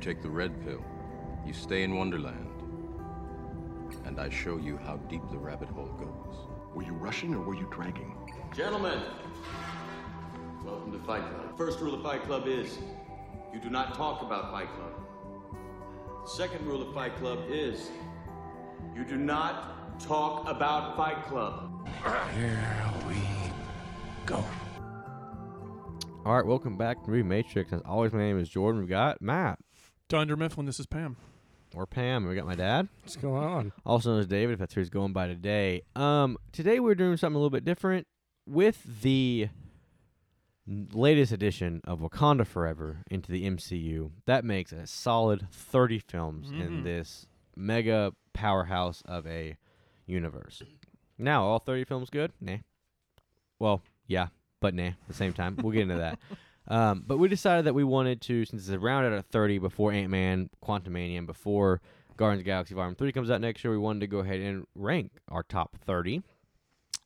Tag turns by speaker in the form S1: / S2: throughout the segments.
S1: take the red pill, you stay in Wonderland, and I show you how deep the rabbit hole goes.
S2: Were you rushing or were you dragging?
S3: Gentlemen, welcome to Fight Club. First rule of Fight Club is you do not talk about Fight Club. Second rule of Fight Club is you do not talk about Fight Club.
S4: Here we go.
S5: All right, welcome back to Re Matrix. As always, my name is Jordan. We've got Matt
S6: Dunder Mifflin, this is Pam.
S5: or Pam, and we got my dad,
S4: What's going on?
S5: also known as David, if that's who he's going by today. Um, today we're doing something a little bit different with the n- latest edition of Wakanda Forever into the MCU. That makes a solid 30 films in this mega powerhouse of a universe. Now, all 30 films good? Nah. Well, yeah, but nah, at the same time. We'll get into that. Um, but we decided that we wanted to, since it's rounded out at 30 before Ant Man, Quantumania, and before Guardians of the Galaxy Volume 3 comes out next year, we wanted to go ahead and rank our top 30.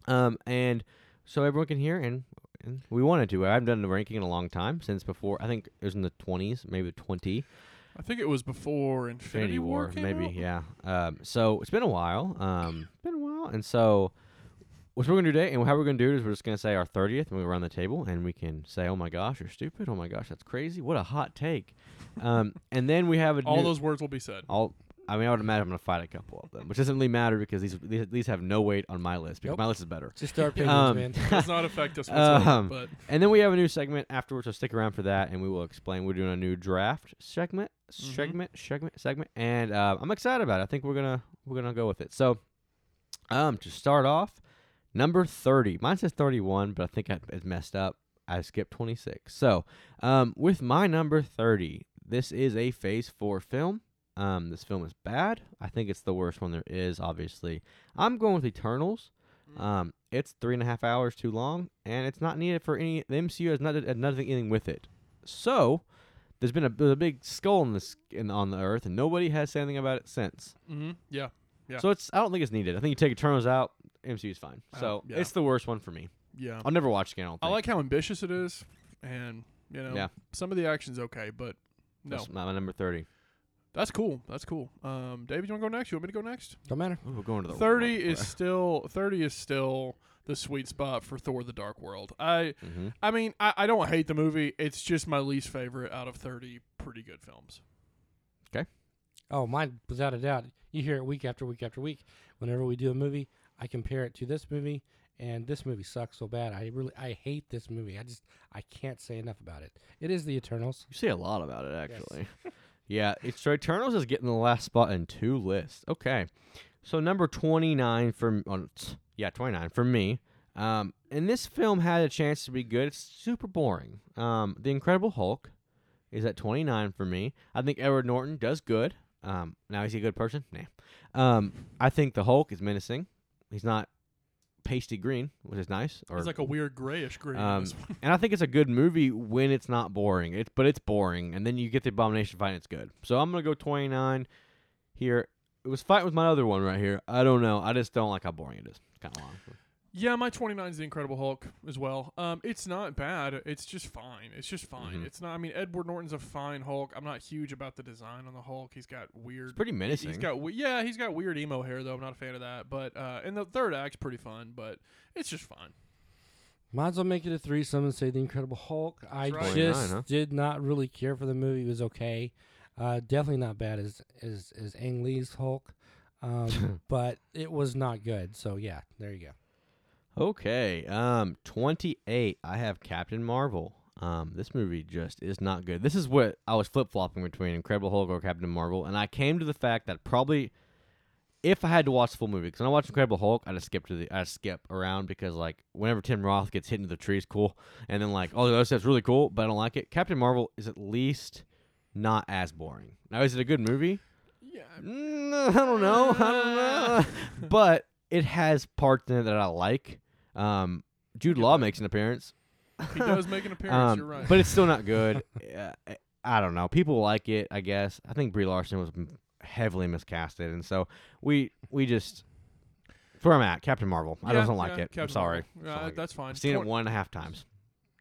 S5: Um, and so everyone can hear, and, and we wanted to. I haven't done the ranking in a long time since before, I think it was in the 20s, maybe 20.
S6: I think it was before Infinity,
S5: Infinity War,
S6: came
S5: maybe,
S6: out?
S5: yeah. Um, so it's been a while. Um, been a while, and so what we're gonna do today, and how we're gonna do it is we're just gonna say our thirtieth, and we around the table, and we can say, "Oh my gosh, you're stupid! Oh my gosh, that's crazy! What a hot take!" Um, and then we have a
S6: All
S5: new-
S6: those words will be said.
S5: all. I mean, I would imagine I'm gonna fight a couple of them, which doesn't really matter because these these, these have no weight on my list because
S4: Nope.
S5: my list is better.
S4: Just our opinions,
S5: Um,
S4: man.
S6: does not affect us whatsoever,
S5: Um,
S6: but
S5: And then we have a new segment afterwards, so stick around for that, and we will explain. We're doing a new draft segment, segment, segment, segment, and uh, I'm excited about it. I think we're gonna we're gonna go with it. So, um, to start off, number thirty. Mine says thirty-one, but I think I it's messed up. I skipped twenty-six. So, um, with my number thirty, this is a Phase Four film. Um, this film is bad. I think it's the worst one there is. Obviously, I'm going with Eternals. Um, it's three and a half hours too long, and it's not needed for any. The MCU has not had nothing anything with it. So there's been a, there's a big skull in this in, on the Earth, and nobody has said anything about it since.
S6: hmm yeah, yeah,
S5: So it's I don't think it's needed. I think you take Eternals out, MCU's fine.
S6: Uh,
S5: So
S6: yeah.
S5: it's the worst one for me.
S6: yeah.
S5: I'll never watch again. I don't
S6: I
S5: think.
S6: like how ambitious it is, and you know,
S5: Yeah.
S6: some of the action's okay, but no,
S5: That's not my number thirty.
S6: that's cool. That's cool. Um, David, you want to go next? You want me to go next?
S4: Don't matter.
S5: Ooh, we're going to the
S6: Thirty is still thirty is still the sweet spot for Thor: The Dark World. I,
S5: Mhm.
S6: I mean, I, I don't hate the movie. It's just my least favorite out of thirty pretty good films.
S4: Oh, mine, without a doubt. You hear it week after week after week. Whenever we do a movie, I compare it to this movie, and this movie sucks so bad. I really, I hate this movie. I just, I can't say enough about it. It is the Eternals.
S5: You say a lot about it, actually. yeah, it's so Eternals is getting the last spot in two lists. Okay, so number twenty nine for m- on t- yeah twenty nine for me. Um, and this film had a chance to be good. It's super boring. Um, The Incredible Hulk is at twenty nine for me. I think Edward Norton does good. Um, now is he a good person? Nah. Um, I think the Hulk is menacing. He's not pasty green, which is nice. Or
S6: It's like a weird grayish green. in
S5: um,
S6: this one.
S5: and I think it's a good movie when it's not boring. It's but it's boring, and then you get the abomination fight, and it's good. So I'm gonna go 29 here. It was fighting with my other one right here. I don't know. I just don't like how boring it is. Kind of long.
S6: Yeah, my 29 is the Incredible Hulk as well. Um, it's not bad. It's just fine. It's just fine.
S5: Mhm.
S6: It's not. I mean, Edward Norton's a fine Hulk. I'm not huge about the design on the Hulk. He's got weird.
S5: It's pretty menacing.
S6: He's got we- yeah. He's got weird emo hair though. I'm not a fan of that. But uh, and the third act's pretty fun. But it's just fine.
S4: Might as well make it a threesome and say the Incredible Hulk. I
S6: That's right.
S4: just
S5: 29, huh?
S4: did not really care for the movie. It was okay. Uh, definitely not bad as as as Ang Lee's Hulk, um, but it was not good. So yeah, there you go.
S5: Okay. Um, 28. I have Captain Marvel. Um, this movie just is not good. This is what I was flip flopping between Incredible Hulk or Captain Marvel, and I came to the fact that probably if I had to watch the full movie, because when I watched Incredible Hulk, I just skip to the I just skip around because like whenever Tim Roth gets hit into the trees, cool, and then like oh the other stuff's really cool, but I don't like it. Captain Marvel is at least not as boring. Now is it a good movie?
S6: Yeah.
S5: Mm, I don't know. I don't know. but it has parts in it that I like. Um, Jude Law makes an appearance.
S6: He does make an appearance.
S5: Um,
S6: you're right.
S5: But it's still not good. uh, I- I don't know. People like it, I guess. I think Brie Larson was m- heavily miscasted, and so we we just that's where I'm at. Captain Marvel. I
S6: Yeah,
S5: just don't like
S6: yeah,
S5: it. I'm
S6: Captain
S5: sorry.
S6: Marvel. Uh,
S5: Sorry.
S6: that's fine.
S5: I've seen it
S6: Twen-
S5: one and a half times.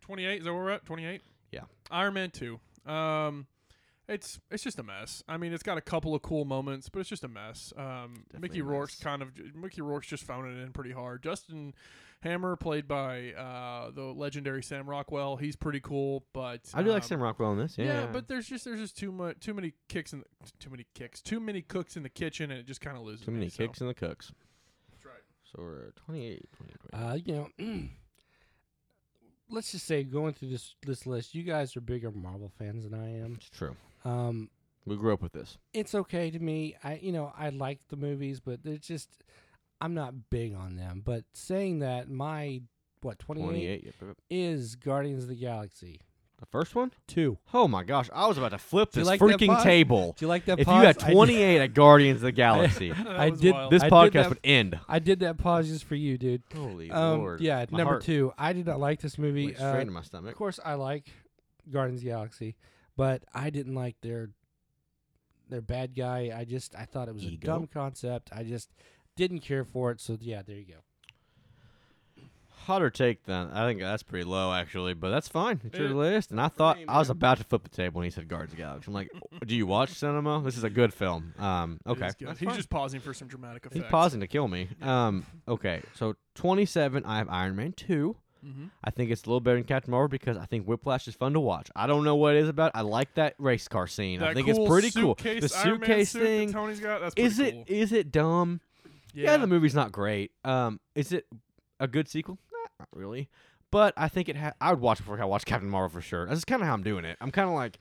S6: 28 is that where we're at 28
S5: Yeah.
S6: iron man 2 um It's it's just a mess. I mean, it's got a couple of cool moments, but it's just a mess. Um,
S5: Definitely
S6: Mickey
S5: a
S6: Rourke's
S5: mess.
S6: kind of Mickey Rourke's just phoning it in pretty hard. Justin Hammer, played by uh, the legendary Sam Rockwell, he's pretty cool, but
S5: I do like
S6: um,
S5: Sam Rockwell in this. Yeah,
S6: yeah, but there's just there's just too much too many kicks in the, too many kicks too many cooks in the kitchen, and it just kind of loses
S5: too
S6: me,
S5: many
S6: so.
S5: kicks in the cooks.
S6: That's right.
S5: So we're 28, 28, 28.
S4: Uh, you know, let's just say going through this this list, you guys are bigger Marvel fans than I am.
S5: It's true.
S4: Um,
S5: We grew up with this.
S4: it's okay to me. I you know I like the movies, but they're just I'm not big on them. But saying that, my what 28,
S5: 28. Yep, yep, yep.
S4: is Guardians of the Galaxy
S5: The first one?
S4: two.
S5: Oh my gosh, I was about to flip
S4: Do you
S5: this
S4: like that
S5: freaking
S4: pause?
S5: table.
S4: Do you like
S5: If
S4: that?
S5: you
S4: pause?
S5: had
S4: I did-
S5: 28 at Guardians of the Galaxy,
S6: That
S4: I
S6: was
S4: did
S6: wild.
S5: this
S4: I did
S5: podcast
S4: that-
S5: would end.
S4: I did that pause just for you, dude.
S5: Holy
S4: Um, yeah, number two. I did not like this movie.
S5: Went
S4: Uh,
S5: straight to my
S4: of
S5: stomach.
S4: course, I like Guardians of the Galaxy, but I didn't like their their bad guy. I just I thought it was
S5: Ego.
S4: a dumb concept. I just didn't care for it. So yeah, there you go.
S5: Hotter take than I think that's pretty low actually, but that's fine. It's your
S6: It-
S5: list, and I thought
S6: me,
S5: I was
S6: man.
S5: about to flip the table when he said Guardians of the Galaxy. I'm like, "Oh, do you watch cinema? This is a good film. Um,
S6: It is
S5: okay,
S6: good.
S5: that's
S6: He's
S5: fine.
S6: just pausing for some dramatic effect.
S5: He's pausing to kill me. Um, okay, so 27, I have Iron Man 2.
S6: Mhm.
S5: I think it's a little better than Captain Marvel because I think Whiplash is fun to watch. I don't know what it is about. it. I like that race car scene. I
S6: That
S5: think
S6: cool
S5: it's pretty cool.
S6: suitcase
S5: The
S6: Iron Man
S5: suitcase
S6: suit that
S5: thing
S6: Tony's got. That's
S5: is
S6: pretty
S5: it
S6: cool.
S5: is it dumb? Yeah. the movie's not great. Um, is it a good sequel? Nah, not really. But I think it. Ha- I would watch it before I watch Captain Marvel for sure. That's kind of how I'm doing it. I'm kind of like,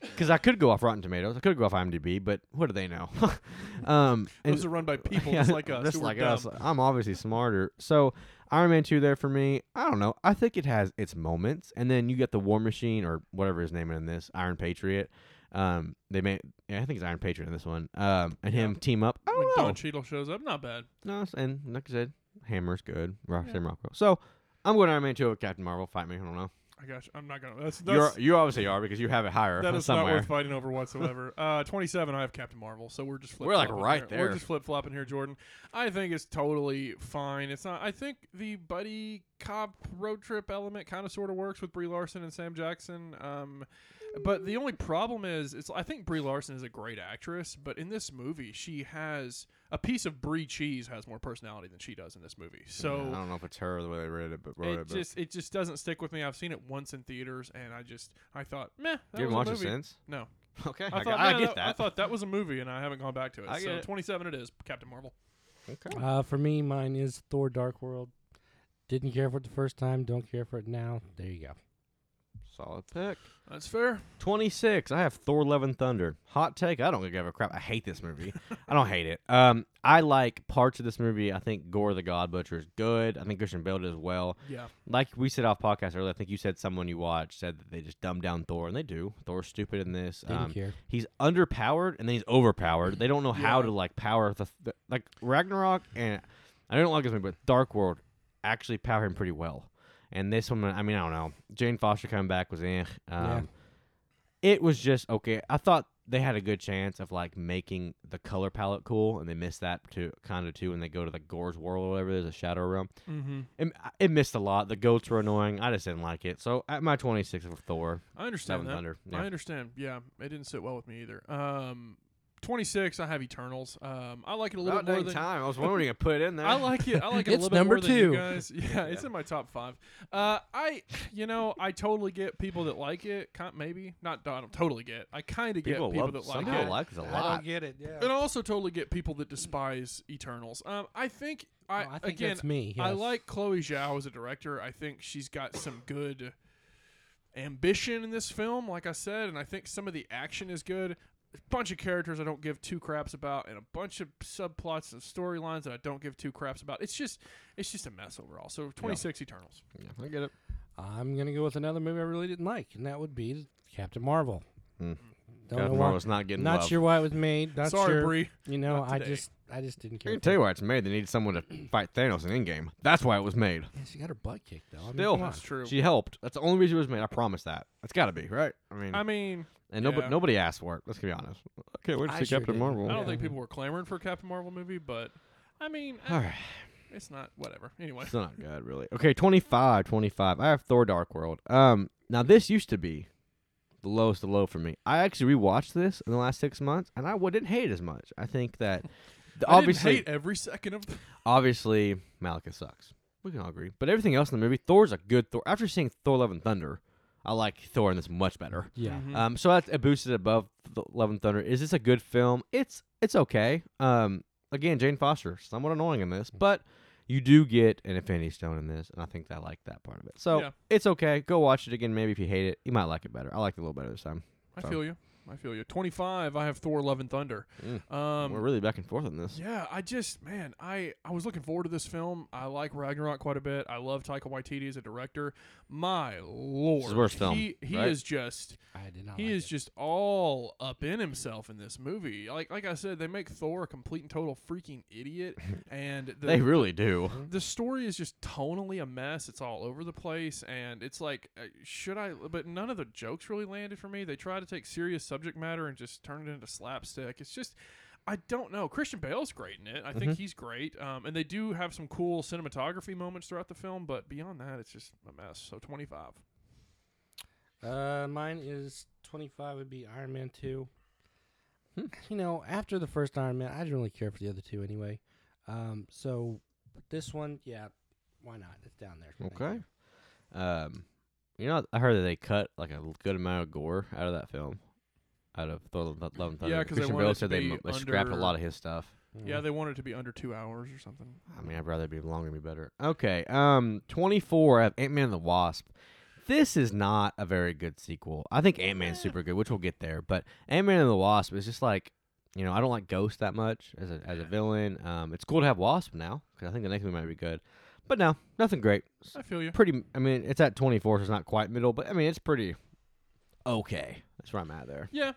S5: because I could go off Rotten Tomatoes, I could go off IMDb, but what do they know? um, and-
S6: Those are run by people just like us.
S5: just
S6: who are
S5: like
S6: dumb.
S5: us. I'm obviously smarter. So Iron Man two there for me. I don't know. I think it has its moments, and then you get the War Machine or whatever his name in this Iron Patriot. Um, they made. Yeah, I think it's Iron Patriot in this one. Um, and him team up. I
S6: When
S5: don't know.
S6: Don Cheadle shows up, not bad.
S5: No, it's- and like I said, Hammer's good. Rock, Sam Rockwell. So I'm going Iron Man two over Captain Marvel. Fight me. I don't know.
S6: I gosh, I'm not gonna. That's,
S5: You're
S6: that's
S5: you obviously are because you have it higher
S6: that is not
S5: somewhere.
S6: worth fighting over whatsoever. uh, 27, I have Captain Marvel, so we're just flip
S5: We're, like, right
S6: We're
S5: there.
S6: just flip flopping here, Jordan. I think it's totally fine. It's not. I think the buddy cop road trip element kind of sort of works with Brie Larson and Sam Jackson. Um, but the only problem is, it's I think Brie Larson is a great actress, but in this movie, she has a piece of Brie cheese has more personality than she does in this movie. So.
S5: I don't know if it's her the way they read it, but wrote
S6: It
S5: it.
S6: just it just doesn't stick with me. I've seen it once in theaters, and I just I thought, meh. That
S5: but you haven't
S6: was a
S5: watched it
S6: movie.
S5: since?
S6: No,
S5: Okay,
S6: I,
S5: I,
S6: thought
S5: I
S6: "Man,
S5: get
S6: I
S5: that.
S6: thought that was a movie, and I haven't gone back to it.
S5: I
S6: so
S5: get it.
S6: 27 it is, Captain Marvel.
S5: okay.
S4: Uh, for me, mine is Thor: Dark World. Didn't care for it the first time. Don't care for it now. There you go.
S5: Solid pick.
S6: That's fair.
S5: 26. I have Thor: Love and Thunder. Hot take. I don't give a crap. I hate this movie. I don't hate it. Um, I like parts of this movie. I think Gore the God Butcher is good. I think Christian Bale did as well.
S6: Yeah.
S5: Like we said off podcast earlier, I think you said someone you watched said that they just dumbed down Thor, and they do. Thor's stupid in this.
S4: Didn't
S5: um,
S4: care.
S5: He's underpowered, and then he's overpowered. They don't know how
S6: Yeah.
S5: to like power the, the like Ragnarok, and I don't like this movie, but Dark World actually powered him pretty well. And this one, I mean, I don't know. Jane Foster coming back was eh. Um,
S4: Yeah.
S5: It was just okay. I thought they had a good chance of like making the color palette cool, and they missed that too, kind of too. When they go to the Gore's world or whatever, there's a shadow realm.
S6: Mm-hmm.
S5: It, it missed a lot. The goats were annoying. I just didn't like it. So at my 26 for Thor,
S6: I understand
S5: Seven
S6: that.
S5: Thunder.
S6: I
S5: Yeah.
S6: understand. Yeah, it didn't sit well with me either. Um, 26, I have Eternals. Um, I like it a little
S5: About
S6: bit more
S5: dang
S6: than
S5: time. I was wondering you put it in there.
S6: I like it. I like it a
S4: It's
S6: little bit
S4: number
S6: more than you
S4: two.
S6: guys. Yeah, it's in my top five. Uh, I, you know, I totally get people that like it. Kind maybe not. I don't totally get. I kind of get
S5: people
S6: people
S5: love
S6: that
S5: some
S6: like
S5: people
S6: it.
S5: like this a
S4: I
S5: lot.
S4: don't get it. Yeah.
S6: and I also totally get people that despise Eternals. Um, I think I,
S4: No, Oh, I think
S6: again
S4: that's me,
S6: I
S4: yes.
S6: like Chloe Zhao as a director. I think she's got some good ambition in this film, like I said, and I think some of the action is good. A bunch of characters I don't give two craps about, and a bunch of subplots and storylines that I don't give two craps about. It's just, it's just a mess overall. So twenty six Eternals.
S5: Yeah, I get it.
S4: I'm gonna go with another movie I really didn't like, and that would be Captain Marvel.
S5: Mm.
S4: Don't know
S5: Captain
S4: why-
S5: Marvel's not getting
S4: Not
S5: love.
S4: sure why it was made. Not
S6: Sorry,
S4: sure.
S6: Bree.
S4: You know,
S6: Not
S4: I
S6: today.
S4: just I just didn't
S5: I
S4: care.
S5: can
S4: for
S5: tell
S4: it.
S5: you why it's made. They needed someone to fight Thanos in Endgame. That's why it was made.
S4: Yeah, she got her butt kicked though. I mean,
S5: Still,
S4: come on.
S6: That's true.
S5: She helped. That's the only reason it was made. I promise that. It's got to be right. I mean,
S6: I mean,
S5: and nobody
S6: yeah.
S5: nobody asked for it. Let's be honest. I can't wait to
S4: I
S5: see
S4: sure
S5: Captain
S4: didn't.
S5: Marvel.
S6: I don't
S4: Yeah.
S6: think people were clamoring for a Captain Marvel movie, but I mean, eh,
S5: All right.
S6: it's not whatever. Anyway,
S5: Still not good, really. Okay, 25, 25. I have Thor Dark World. Um, now this used to be the lowest of low for me. I actually rewatched this in the last six months, and I wouldn't hate it as much. I think that the-
S6: I didn't
S5: obviously,
S6: hate every second of. The-
S5: obviously, Malika sucks. We can all agree, but everything else in the movie, Thor's a good Thor. After seeing Thor: Love and Thunder, I like Thor in this much better.
S4: Yeah.
S6: Mm-hmm.
S5: Um, so that's it boosted above Th- Love and Thunder. Is this a good film? It's it's okay. Um, again, Jane Foster somewhat annoying in
S6: Mm.
S5: this, but you do get an Infinity Stone in this, and I think I like that part of it. So
S6: Yeah.
S5: it's okay. Go watch it again. Maybe if you hate it, you might like it better. I liked it a little better this time.
S6: I
S5: So,
S6: feel you. I feel you. Twenty five. I have Thor: Love and Thunder.
S5: Mm.
S6: Um,
S5: We're really back and forth on this.
S6: Yeah, I just man, I I was looking forward to this film. I like Ragnarok quite a bit. I love Taika Waititi as a director. My lord,
S5: worst film,
S6: He he
S5: right?
S6: is just
S4: I did not.
S6: he
S4: like
S6: is
S4: it.
S6: just all up in himself in this movie. Like like I said, they make Thor a complete and total freaking idiot, and the,
S5: They really do.
S6: the story is just tonally a mess. It's all over the place, and it's like, uh, should I? But none of the jokes really landed for me. They try to take serious subject matter and just turn it into slapstick. It's just, I don't know. Christian Bale's great in it. I
S4: Mm-hmm.
S6: think he's great, um, and they do have some cool cinematography moments throughout the film. But beyond that, it's just a mess. So twenty five.
S4: Uh, mine is 25 would be Iron Man 2. You know, after the first Iron Man, I didn't really care for the other two anyway. Um, so but this one, yeah, why not? It's down there. Thank
S5: Okay.
S4: you.
S6: Mm-hmm.
S5: Um, you know, I heard that they cut like a good amount of gore out of that film, out of Thor: Love Love and Thunder.
S6: Yeah, 'cause they
S5: Christian
S6: wanted
S5: Bale
S6: it to
S5: said they,
S6: be
S5: mo- they scrapped a
S6: under-
S5: lot of his stuff.
S4: Mm.
S6: Yeah, they wanted it to be under two hours or something.
S5: I mean, I'd rather be longer be better. Okay, um, twenty four of Ant Man and the Wasp. This is not a very good sequel. I think Ant Man's super good, which we'll get there. But Ant Man and the Wasp is just like, you know, I don't like Ghost that much as a as a villain. Um, it's cool to have Wasp now because I think the next movie might be good. But no, nothing great. It's
S6: I feel you.
S5: pretty. I mean, it's at twenty four, so it's not quite middle, but I mean, it's pretty okay. That's where I'm at there.
S6: Yeah,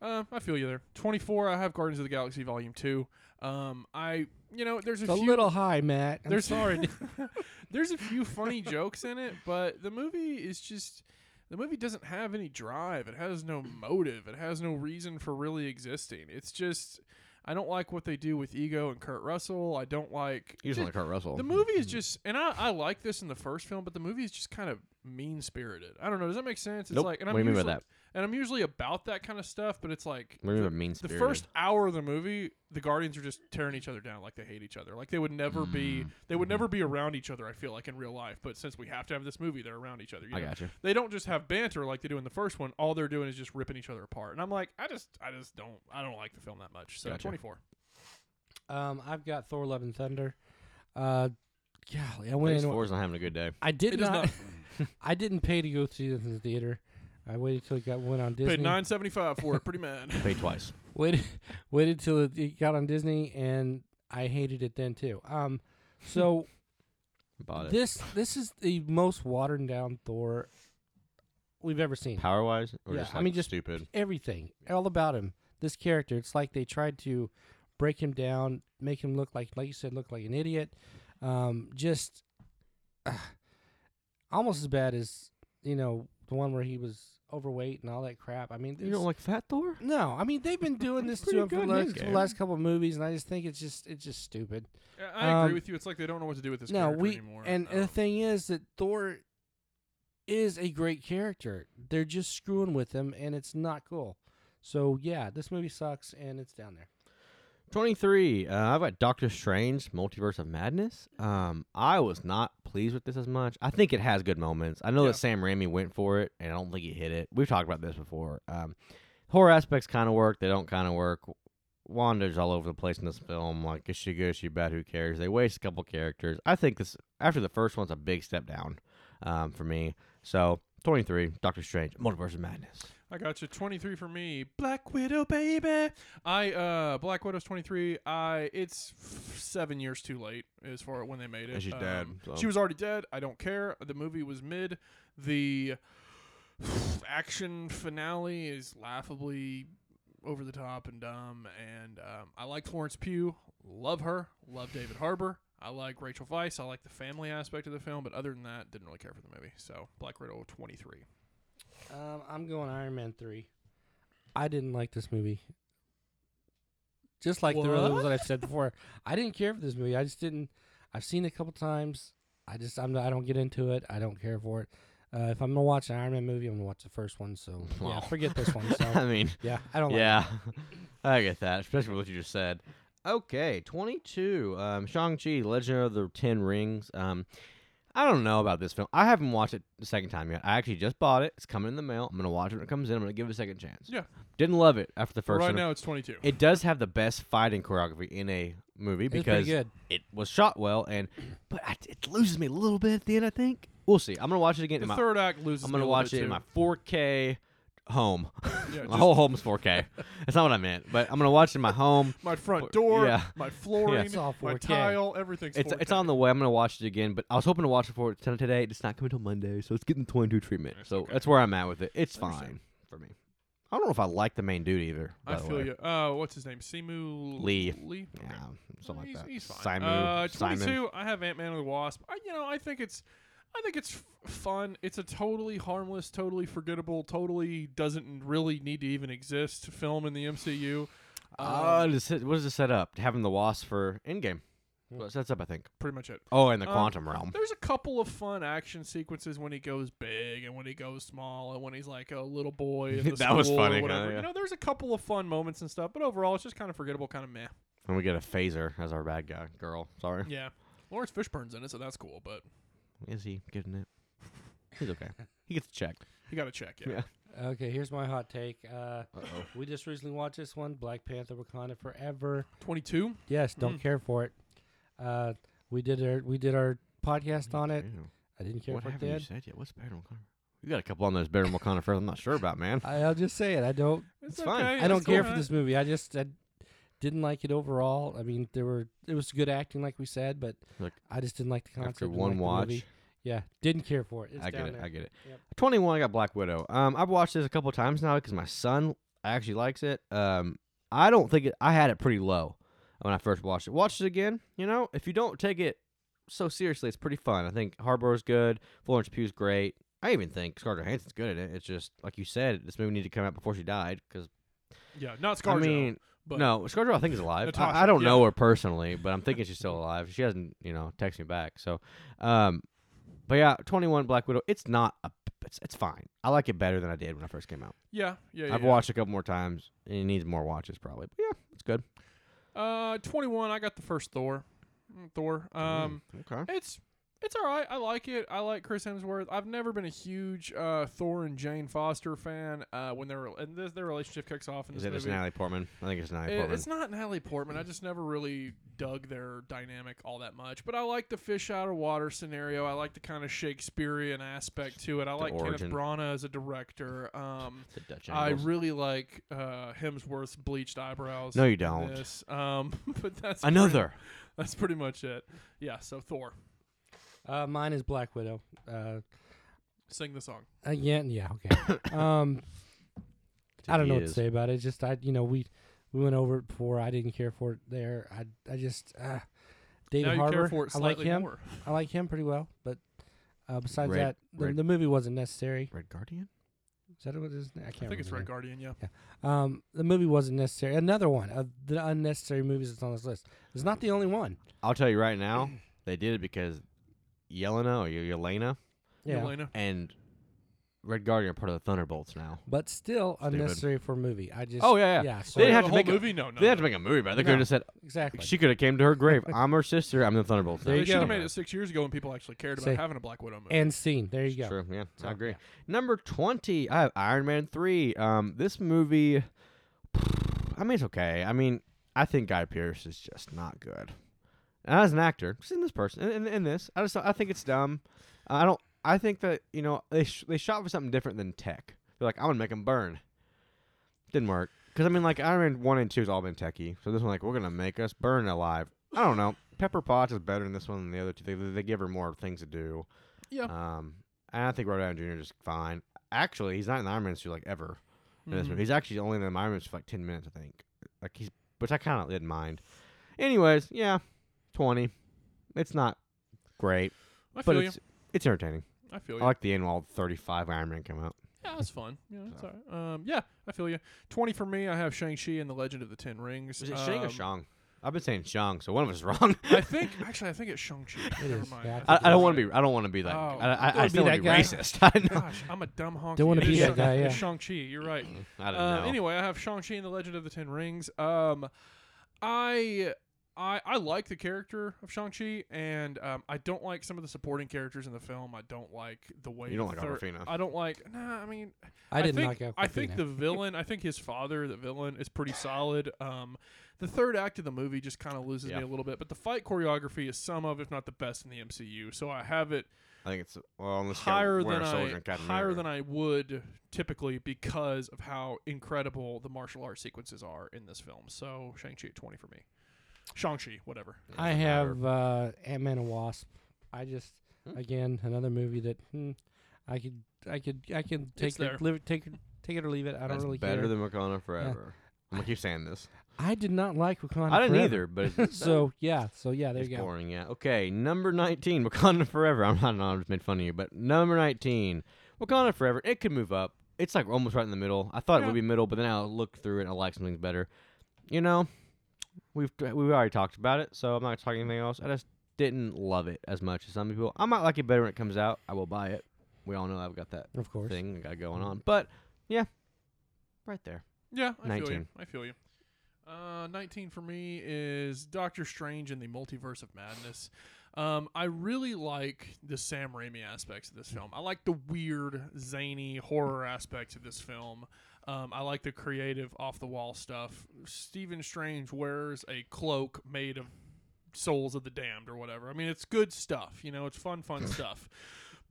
S6: uh, I feel you there. Twenty four. I have Guardians of the Galaxy Volume Two. Um, I you know there's a
S4: It's a
S6: few-
S4: little high, Matt. I'm
S6: There's-
S4: sorry. dude.
S6: there's a few funny jokes in it, but the movie is just the movie doesn't have any drive. It has no motive. It has no reason for really existing. It's just I don't like what they do with Ego and Kurt Russell. I don't like
S5: You just
S6: just-
S5: like Kurt Russell. Hmm.
S6: the movie is just and I, I like this in the first film, but the movie is just kind of mean spirited. I don't know. Does that make sense? It's
S5: Nope.
S6: like and
S5: What
S6: I'm
S5: do you mean by
S6: usually,
S5: that?
S6: And I'm usually about that kind of stuff, but it's like
S5: What do you mean
S6: the-
S5: by mean
S6: the
S5: spirited?
S6: first hour of the movie, the Guardians are just tearing each other down like they hate each other. Like they would never
S5: Mm-hmm.
S6: be they would never be around each other, I feel like in real life, but since we have to have this movie, they're around each other. You
S5: I
S6: know?
S5: gotcha.
S6: They don't just have banter like they do in the first one. All they're doing is just ripping each other apart. And I'm like, I just I just don't I don't like the film that much. So
S5: Gotcha.
S6: 24.
S4: um, I've got Thor: Love and Thunder. Uh, golly, I went
S5: Phase
S4: in.
S5: four's not having a good day.
S4: I did
S6: It does
S4: not.
S6: not
S4: I didn't pay to go see this in the theater. I waited till it got one on Disney.
S6: paid 975 for it. Pretty mad.
S5: Pay twice.
S4: waited waited till it- it got on Disney, and I hated it then too. Um, so.
S5: Bought it.
S4: This this is the most watered down Thor we've ever seen.
S5: power wise or
S4: Yeah,
S5: just
S4: I
S5: like
S4: mean, just-
S5: stupid
S4: Everything, all about him, this character. It's like they tried to break him down, make him look like, like you said, look like an idiot. Um, just ah, almost as bad as you know the one where he was overweight and all that crap. I mean,
S5: you don't
S4: it's-
S5: like fat thor
S4: no, I mean they've been doing this to
S5: Pretty
S4: him for the
S5: good in his
S4: last, for the
S5: game.
S4: last couple of movies, and I just think it's just it's just stupid.
S6: Yeah, I agree
S4: Um,
S6: with you. It's like they don't know what to do with this
S4: no,
S6: character
S4: we
S6: anymore.
S4: and
S6: Um,
S4: the thing is that Thor is a great character. They're just screwing with him, and it's not cool. So yeah, this movie sucks, and it's down there.
S5: 23 uh, i've got doctor strange multiverse of madness um i was not pleased with this as much i think it has good moments i know
S6: Yeah.
S5: that sam raimi went for it and i don't think he hit it we've talked about this before um horror aspects kind of work they don't kind of work wanders all over the place in this film like is she good is she bad who cares they waste a couple characters i think this after the first one's a big step down um, for me so 23 doctor strange multiverse of madness
S6: I got you. 23 for me. Black Widow, baby. I uh Black Widow's 23. I it's f- 7 years too late as far as when they made it. Um,
S5: And she's dead, so.
S6: She was already dead. I don't care. The movie was mid. The action finale is laughably over the top and dumb and um, I like Florence Pugh. Love her. Love David Harbour. I like Rachel Weisz. I like the family aspect of the film, but other than that, didn't really care for the movie. So, Black Widow 23.
S4: Um, I'm going Iron Man three. I didn't like this movie. Just like the other ones that I've said before, I didn't care for this movie. I just didn't. I've seen it a couple times. I just I'm not, I don't get into it. I don't care for it. Uh, if I'm gonna watch an Iron Man movie, I'm gonna watch the first one. So yeah,
S5: Well.
S4: forget this one.
S5: I
S4: So
S5: mean,
S4: yeah, I don't. Like
S5: yeah, I get that, especially with what you just said. Okay, 22. Um, Shang-Chi, Legend of the Ten Rings. Um, I don't know about this film. I haven't watched it the second time yet. I actually just bought it. It's coming in the mail. I'm going to watch it when it comes in. I'm going to give it a second chance.
S6: Yeah.
S5: Didn't love it after the first
S6: right
S5: one.
S6: now it's 22.
S5: It does have the best fighting choreography in a movie
S4: pretty
S5: because
S4: good.
S5: it was shot well, and but I, it loses me a little bit at the end. I think we'll see. I'm gonna watch it again.
S6: the
S5: in my,
S6: third act loses.
S5: I'm
S6: me
S5: gonna
S6: a little
S5: watch
S6: bit
S5: it in
S6: too.
S5: my 4K home.
S6: Yeah,
S5: my
S6: just-
S5: whole home's 4K. That's not what I meant, but I'm gonna watch it in my home.
S6: my front door,
S5: yeah.
S6: my flooring,
S4: It's all
S6: my
S4: 4K.
S6: tile, everything's.
S5: It's, it's
S6: 4K.
S5: on the way. I'm gonna watch it again, but I was hoping to watch it for it today. It's not coming till Monday, so it's getting the 22 treatment. so that's where I'm at with it. It's fine for me. I don't know if I like the main dude either.
S6: I
S5: by the
S6: feel
S5: way.
S6: you. Uh, what's his name? Simu
S5: Lee.
S6: Lee.
S5: Yeah,
S6: Okay.
S5: something like
S6: he's,
S5: that.
S6: he's fine.
S5: Simon.
S6: uh,
S5: Simon.
S6: 22. I have Ant Man and the Wasp. I, you know, I think it's, I think it's f- fun. It's a totally harmless, totally forgettable, totally doesn't really need to even exist film in the MCU.
S5: Uh, to set- what does it set up? Having the wasp for endgame. Well, it sets up, I think.
S6: Pretty much it.
S5: Oh, and the
S6: Um,
S5: quantum realm.
S6: There's a couple of fun action sequences when he goes big and when he goes small and when he's like a little boy. In the
S5: That was
S6: school or
S5: funny,
S6: whatever.
S5: kinda, yeah.
S6: You know, there's a couple of fun moments and stuff, but overall, it's just kind of forgettable, kind of meh.
S5: And we get a phaser as our bad guy girl. Sorry,
S6: Yeah. Lawrence Fishburne's in it, so that's cool, but
S5: is he getting it? He's okay. he gets a check.
S6: you got to check it.
S5: Yeah.
S4: Okay, here's my hot take. Uh, we just recently watched this one, Black Panther: Wakanda Forever.
S6: 22.
S4: Yes,
S5: Mm-hmm.
S4: don't care for it. Uh, we did our we did our podcast on it.
S5: Ew.
S4: I didn't care
S5: What
S4: for it.
S5: haven't you
S4: Did.
S5: said yet? What's better than O'Connor? You got a couple on those better than O'Connor first. I'm not sure about, man.
S4: I, I'll just say it. I don't.
S5: It's fine.
S6: okay,
S4: I
S6: it's
S4: don't care
S6: cool.
S4: for this movie. I just I didn't like it overall. I mean, there were it was good acting, like we said, but
S5: Look,
S4: I just didn't like the concept.
S5: After
S4: didn't
S5: one
S4: like the
S5: watch,
S4: movie. yeah, didn't care for it. It's
S5: I get
S4: down
S5: it.
S4: there.
S5: I get it.
S4: Yep.
S5: 21, I got Black Widow. Um, I've watched this a couple times now because my son actually likes it. Um, I don't think it, I had it pretty low when I first watched it. Watch it again. You know, if you don't take it so seriously, it's pretty fun. I think Harbour's good. Florence Pugh's great. I even think Scarlett Johansson's good at it. It's just like you said, this movie needed to come out before she died because
S6: Yeah, not
S5: I
S6: Scarjo.
S5: mean,
S6: but
S5: no, Scarlett I think is alive. I, I
S6: Natasha,
S5: don't know
S6: yeah.
S5: her personally, but I'm thinking she's still alive. She hasn't, you know, texted me back. So, um, but yeah, 21 Black Widow. It's not a. It's, it's fine. I like it better than I did when I first came out.
S6: Yeah, yeah.
S5: I've
S6: yeah.
S5: watched a couple more times. And it needs more watches probably. But yeah, it's good.
S6: Uh, 21. I got the first Thor. Mm, Thor. Um,
S5: Okay.
S6: it's it's all right. I like it. I like Chris Hemsworth. I've never been a huge uh, Thor and Jane Foster fan. Uh, when their and this, their relationship kicks off in
S5: Is
S6: this
S5: it just
S6: movie.
S5: Natalie Portman? I think it's Natalie
S6: It-
S5: Portman.
S6: it's not Natalie Portman. I just never really dug their dynamic all that much. But I like the fish out of water scenario. I like the kind of Shakespearean aspect to it. I like
S5: origin.
S6: Kenneth Branagh as a director. Um,
S5: the Dutch
S6: I
S5: angles.
S6: really like uh, Hemsworth's bleached eyebrows.
S5: No, you
S6: in
S5: don't.
S6: this. Um, but that's pretty-
S5: Another.
S6: that's pretty much it. Yeah. So Thor,
S4: Uh, mine is Black Widow. Uh,
S6: sing the song.
S4: again, yeah, okay. um, I don't know what
S5: Is.
S4: to say about it. It's just I, you know, we we went over it before. I didn't care for it there. I I just uh, David
S6: now you
S4: Harbour.
S6: care for it
S4: I like
S6: slightly
S4: him.
S6: more.
S4: I like him pretty well, but uh, besides
S5: Red-
S4: that, the,
S5: Red-
S4: the movie wasn't necessary.
S5: Red Guardian.
S4: Is that what his name? I can't.
S6: I think it's
S4: remember
S6: Red
S4: his
S6: Guardian. Yeah.
S4: name. Um, the movie wasn't necessary. Another one of the unnecessary movies that's on this list. It's not the only one.
S5: I'll tell you right now, they did it because Yelena or Yelena
S4: Yeah,
S6: Yelena.
S5: and Red Guardian are part of the Thunderbolts now.
S4: but still
S5: Stupid.
S4: unnecessary for a movie. I just.
S5: Oh, yeah, yeah.
S4: yeah. So
S5: They didn't have
S6: the
S5: to
S6: whole
S5: make a-
S6: movie. no, no.
S5: they had to make a movie, but they could have
S4: No.
S5: just said
S4: exactly.
S5: she could have came to her grave. I'm her sister. I'm the Thunderbolt.
S4: There
S6: They
S4: you
S6: should have
S4: go.
S6: made it six years ago when people actually cared about
S4: Say-
S6: having a Black Widow movie.
S4: and scene. There you go.
S5: True. Yeah,
S4: So,
S5: I agree.
S4: yeah.
S5: Number twenty, I have Iron Man three. Um, this movie, I mean, it's okay. I mean, I think Guy Pearce is just not good. And as an actor, just in this person, in, in, in this, I just I think it's dumb. I don't. I think that you know they sh- they shot for something different than tech. They're like, I'm gonna make him burn. Didn't work because I mean, like Iron Man one and two has all been techie. So this one, like, we're gonna make us burn alive. I don't know. Pepper Potts is better in this one than the other two. They, they give her more things to do.
S6: yeah.
S5: Um, and I think Robert Downey Jr. is just fine. Actually, he's not in the Iron Man suit like ever. In
S6: Mm-hmm.
S5: this movie. He's actually only in the Iron Man suit for like ten minutes, I think. Like he's, which I kind of didn't mind. Anyways, yeah, twenty. It's not great,
S6: I
S5: but
S6: feel you.
S5: it's it's entertaining.
S6: I feel you.
S5: I like the end while thirty-five Iron Man come out.
S6: Yeah, that's fun. Yeah, that's all right. Um, yeah, I feel you. Twenty for me. I have Shang Chi and the Legend of the Ten Rings.
S5: Was it Shang or
S6: Um,
S5: Shang? I've been saying Shang, so one of us is wrong.
S6: I think actually, I think it's Shang Chi.
S4: It
S6: Never
S4: is,
S6: mind.
S4: yeah,
S5: I, I don't want to be. I don't want to be like.
S6: Oh.
S5: I, I,
S4: Don't
S5: I,
S4: be
S5: still want
S4: that
S5: to be
S4: guy.
S5: racist. I know.
S6: Gosh, I'm a dumb honky.
S4: Don't wanna
S6: It
S4: be
S6: is
S4: that
S6: Shang-
S4: guy, yeah.
S6: It's Shang Chi. You're right.
S5: I don't
S6: Uh,
S5: know.
S6: anyway, I have Shang Chi and the Legend of the Ten Rings. Um, I. I, I like the character of Shang-Chi, and um, I don't like some of the supporting characters in the film. I don't like the way
S5: You don't
S6: the
S5: like
S6: third-
S5: Awkwafina.
S6: I don't like. Nah, I mean,
S4: I didn't
S6: think,
S4: knock out.
S6: I think
S4: Aquafina.
S6: the villain, I think his father, the villain, is pretty solid. Um, the third act of the movie just kind of loses
S5: Yeah.
S6: me a little bit, but the fight choreography is some of, if not the best, in the MCU. So I have it
S5: I think it's well, unless
S6: higher
S5: you
S6: than
S5: a soldier
S6: I
S5: and Captain
S6: higher
S5: America.
S6: than I would typically because of how incredible the martial arts sequences are in this film. So Shang Chi at twenty for me. Shang Chi, whatever.
S4: I
S5: Doesn't
S4: have uh, Ant Man and Wasp. I just
S5: Hmm.
S4: again another movie that hmm, I could I could I can take
S6: there.
S4: it live, take it take it or leave it. I don't
S5: That's
S4: really
S5: better
S4: care.
S5: than Wakanda Forever. I'm gonna keep saying this.
S4: I did not like Wakanda.
S5: I didn't
S4: Forever.
S5: either, but it's,
S4: so yeah, so yeah, there
S5: it's
S4: you go.
S5: boring. Yeah. Okay, number nineteen, Wakanda Forever. I'm not. I just made fun of you, but number nineteen, Wakanda Forever. It could move up. It's like almost right in the middle. I thought it
S6: Yeah.
S5: would be middle, but then I looked through it and I like something better. You know, we've we've already talked about it, so I'm not talking anything else. I just didn't love it as much as some people. I might like it better when it comes out. I will buy it. We all know I've got that
S4: Of course.
S5: thing I got going on, but yeah, right there.
S6: Yeah, I feel you.
S5: 19.
S6: I feel you. Uh, 19 for me is Doctor Strange and the Multiverse of Madness. Um, I really like the Sam Raimi aspects of this film. I like the weird, zany horror aspects of this film. Um, I like the creative, off the wall stuff. Stephen Strange wears a cloak made of souls of the damned or whatever. I mean, it's good stuff. You know, it's fun, fun stuff.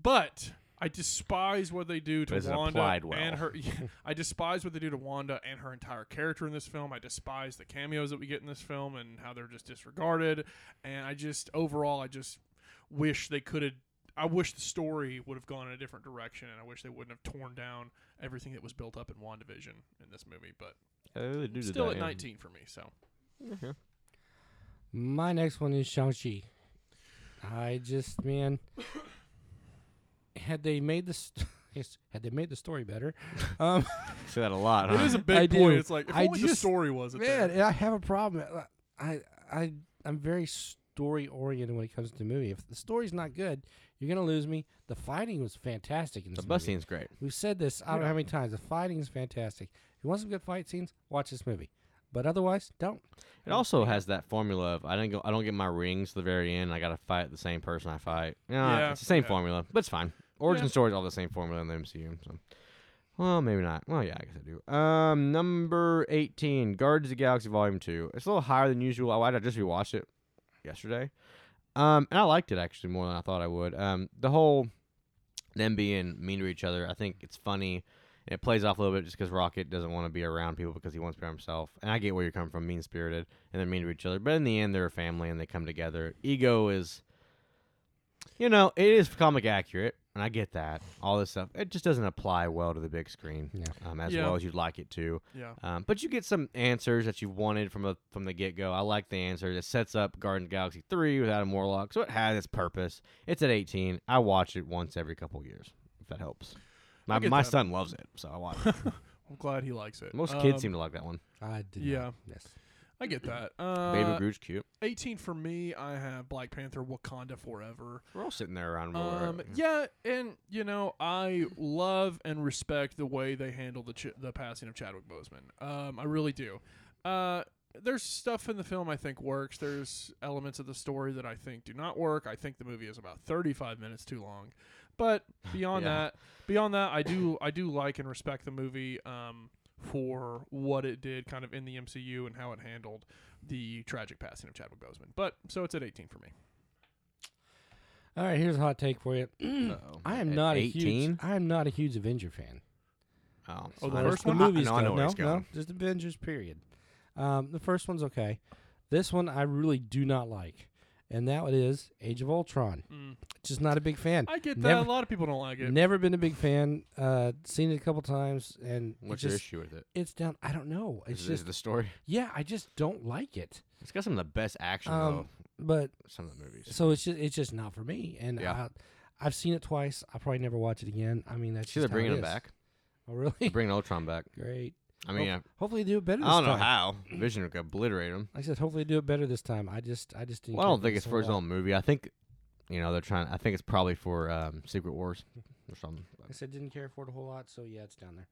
S6: But I despise what they do to
S5: But is it
S6: Wanda
S5: applied well?
S6: and her. I despise what they do to Wanda and her entire character in this film. I despise the cameos that we get in this film and how they're just disregarded. And I just overall, I just wish they could have. I wish the story would have gone in a different direction, and I wish they wouldn't have torn down everything that was built up in WandaVision in this movie. But still at 19 for me. So
S4: My next one is Shang-Chi. I just, man, had they made this, had they made the story better, um,
S5: Say that a lot.
S6: it
S5: Huh?
S6: is a big
S4: I
S6: point.
S4: do.
S6: It's like if
S4: I
S6: only the
S4: just-
S6: story wasn't
S4: man,
S6: there.
S4: I have a problem. I, I, I'm very story oriented when it comes to movie. If the story's not good, you're gonna lose me. The fighting was fantastic in this
S5: the bus
S4: movie.
S5: scene's great.
S4: We've said this I don't know how many times. The fighting is fantastic. If you want some good fight scenes, watch this movie. But otherwise, don't.
S5: It also has that formula of I don't go, I don't get my rings to the very end. I gotta fight the same person I fight. You know,
S6: Yeah,
S5: it's the same
S6: yeah.
S5: formula, but it's fine. Origin
S6: Yeah.
S5: stories all the same formula in the MCU. So. Well, maybe not. Well, yeah, I guess I do. Um, number eighteen, Guardians of the Galaxy Volume Two. It's a little higher than usual. I, I just rewatched it yesterday, um, and I liked it actually more than I thought I would. Um, the whole them being mean to each other, I think it's funny. It plays off a little bit just because Rocket doesn't want to be around people because he wants to be by himself. And I get where you're coming from, mean spirited, and they're mean to each other. But in the end, they're a family and they come together. Ego is, you know, it is comic accurate, and I get that. All this stuff, it just doesn't apply well to the big screen
S4: Yeah.
S5: um, as
S6: Yeah.
S5: well as you'd like it to.
S6: Yeah.
S5: Um, but you get some answers that you wanted from a, from the get go. I like the answers. It sets up Garden Galaxy Three with Adam Warlock, so it has its purpose. It's at 18. I watch it once every couple years, if that helps. My,
S6: get
S5: my
S6: that.
S5: son loves it, so I watch it.
S6: I'm glad he likes it.
S5: Most kids
S6: Um,
S5: seem to like that one.
S4: I did.
S6: Yeah.
S4: Yes.
S6: I get that. Uh,
S5: Baby Groot's cute.
S6: 18 for me. I have Black Panther, Wakanda Forever.
S5: We're all sitting there around.
S6: Um, yeah, and you know I love and respect the way they handle the ch- the passing of Chadwick Boseman. Um, I really do. Uh, there's stuff in the film I think works. There's elements of the story that I think do not work. I think the movie is about 35 minutes too long. But beyond
S5: Yeah.
S6: that, beyond that, I do I do like and respect the movie um, for what it did, kind of in the MCU and how it handled the tragic passing of Chadwick Boseman. But so it's at 18 for me.
S4: All right. Here's a hot take for you. I am not a huge.
S5: 18.
S4: I am not a huge Avenger fan.
S5: Oh,
S6: Oh, the
S5: I-
S6: first
S4: the
S6: one?
S5: I-
S4: movies.
S5: no, I know
S4: no,
S5: where it's
S4: no,
S5: going.
S4: just Avengers. Period. Um, the first one's okay. This one I really do not like, and that is Age of Ultron.
S6: Mm.
S4: Just not a big fan.
S6: I get that.
S4: Never,
S6: a lot of people don't like it.
S4: never been a big fan. Uh, seen it a couple times, and it
S5: What's your
S4: just,
S5: issue with it?
S4: It's down. I don't know. It's
S5: Is, is
S4: just
S5: the story?
S4: yeah. I just don't like it.
S5: It's got some of the best action
S4: Um,
S5: though.
S4: but
S5: Some of the movies.
S4: so it's just it's just not for me. And
S5: Yeah.
S4: I, I've seen it twice. I'll probably never watch it again. I mean, that's
S5: See, they're
S4: just how it
S5: bringing him
S4: is.
S5: back.
S4: Oh, really?
S5: They're bringing Ultron back.
S4: Great.
S5: I mean, I,
S4: Hopefully, they do it better. This
S5: I don't know
S4: time.
S5: how Vision would obliterate him.
S4: I said, hopefully, they do it better this time. I just, I just didn't.
S5: Well, I don't
S4: get
S5: think
S4: it
S5: it's
S4: so
S5: for his
S4: well.
S5: own movie. I think, you know, they're trying. I think it's probably for um, Secret Wars or something.
S4: I said didn't care for it a whole lot, so yeah, it's down there.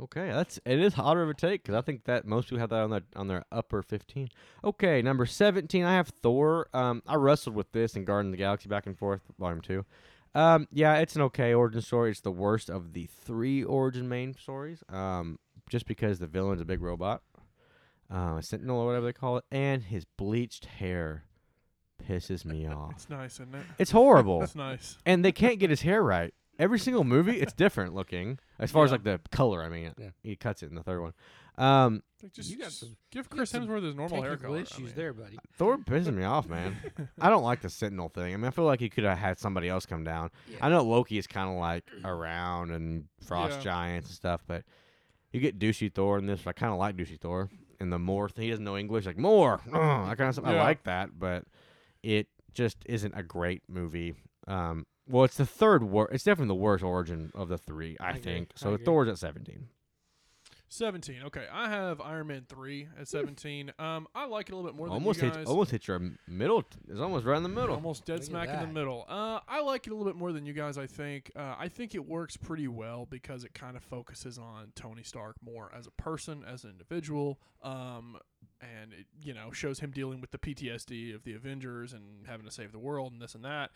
S5: Okay, that's it is hotter of a take because I think that most people have that on their on their upper fifteen. Okay, number seventeen, I have Thor. Um, I wrestled with this in Garden of the Galaxy back and forth, volume two. Um, yeah, it's an okay origin story. It's the worst of the three origin main stories. Um, just because the villain's a big robot, uh, a sentinel or whatever they call it, and his bleached hair pisses me off.
S6: It's nice, isn't it?
S5: It's horrible
S6: It's nice.
S5: and they can't get his hair right. Every single movie, it's different looking as far as
S6: Yeah.
S5: like the color. I mean,
S4: Yeah.
S5: he cuts it in the third one. Um,
S6: Like, just,
S4: You got
S6: just
S4: some-
S6: give
S4: got
S6: Chris
S4: some
S6: Hemsworth his normal hair
S4: Technical
S6: color. I
S4: issues
S6: mean.
S4: there, buddy.
S5: Thor pisses me off, man. I don't like the Sentinel thing. I mean, I feel like he could have had somebody else come down. I know Loki is kind of like around and frost
S6: Yeah.
S5: giants and stuff, but you get douchey Thor in this. I kind of like douchey Thor and the more thing. He doesn't know English, like more. Uh, that kind of stuff. I
S6: Yeah.
S5: like that, but it just isn't a great movie. Um, well, it's the third worst. It's definitely the worst origin of the three, I,
S4: I agree.
S5: think.
S4: I
S5: So
S4: agree.
S5: Thor's at seventeen.
S6: 17. Okay, I have Iron Man 3 at 17. um, I like it a little bit more
S5: almost
S6: than you
S5: hit,
S6: guys.
S5: almost hit your m- middle. T- it's almost right in the middle.
S6: Almost dead
S4: Look at
S6: smack in the
S4: that.
S6: middle. Uh, I like it a little bit more than you guys. I think. Uh, I think it works pretty well because it kind of focuses on Tony Stark more as a person, as an individual, um, and it you know shows him dealing with the PTSD of the Avengers and having to save the world and this and that.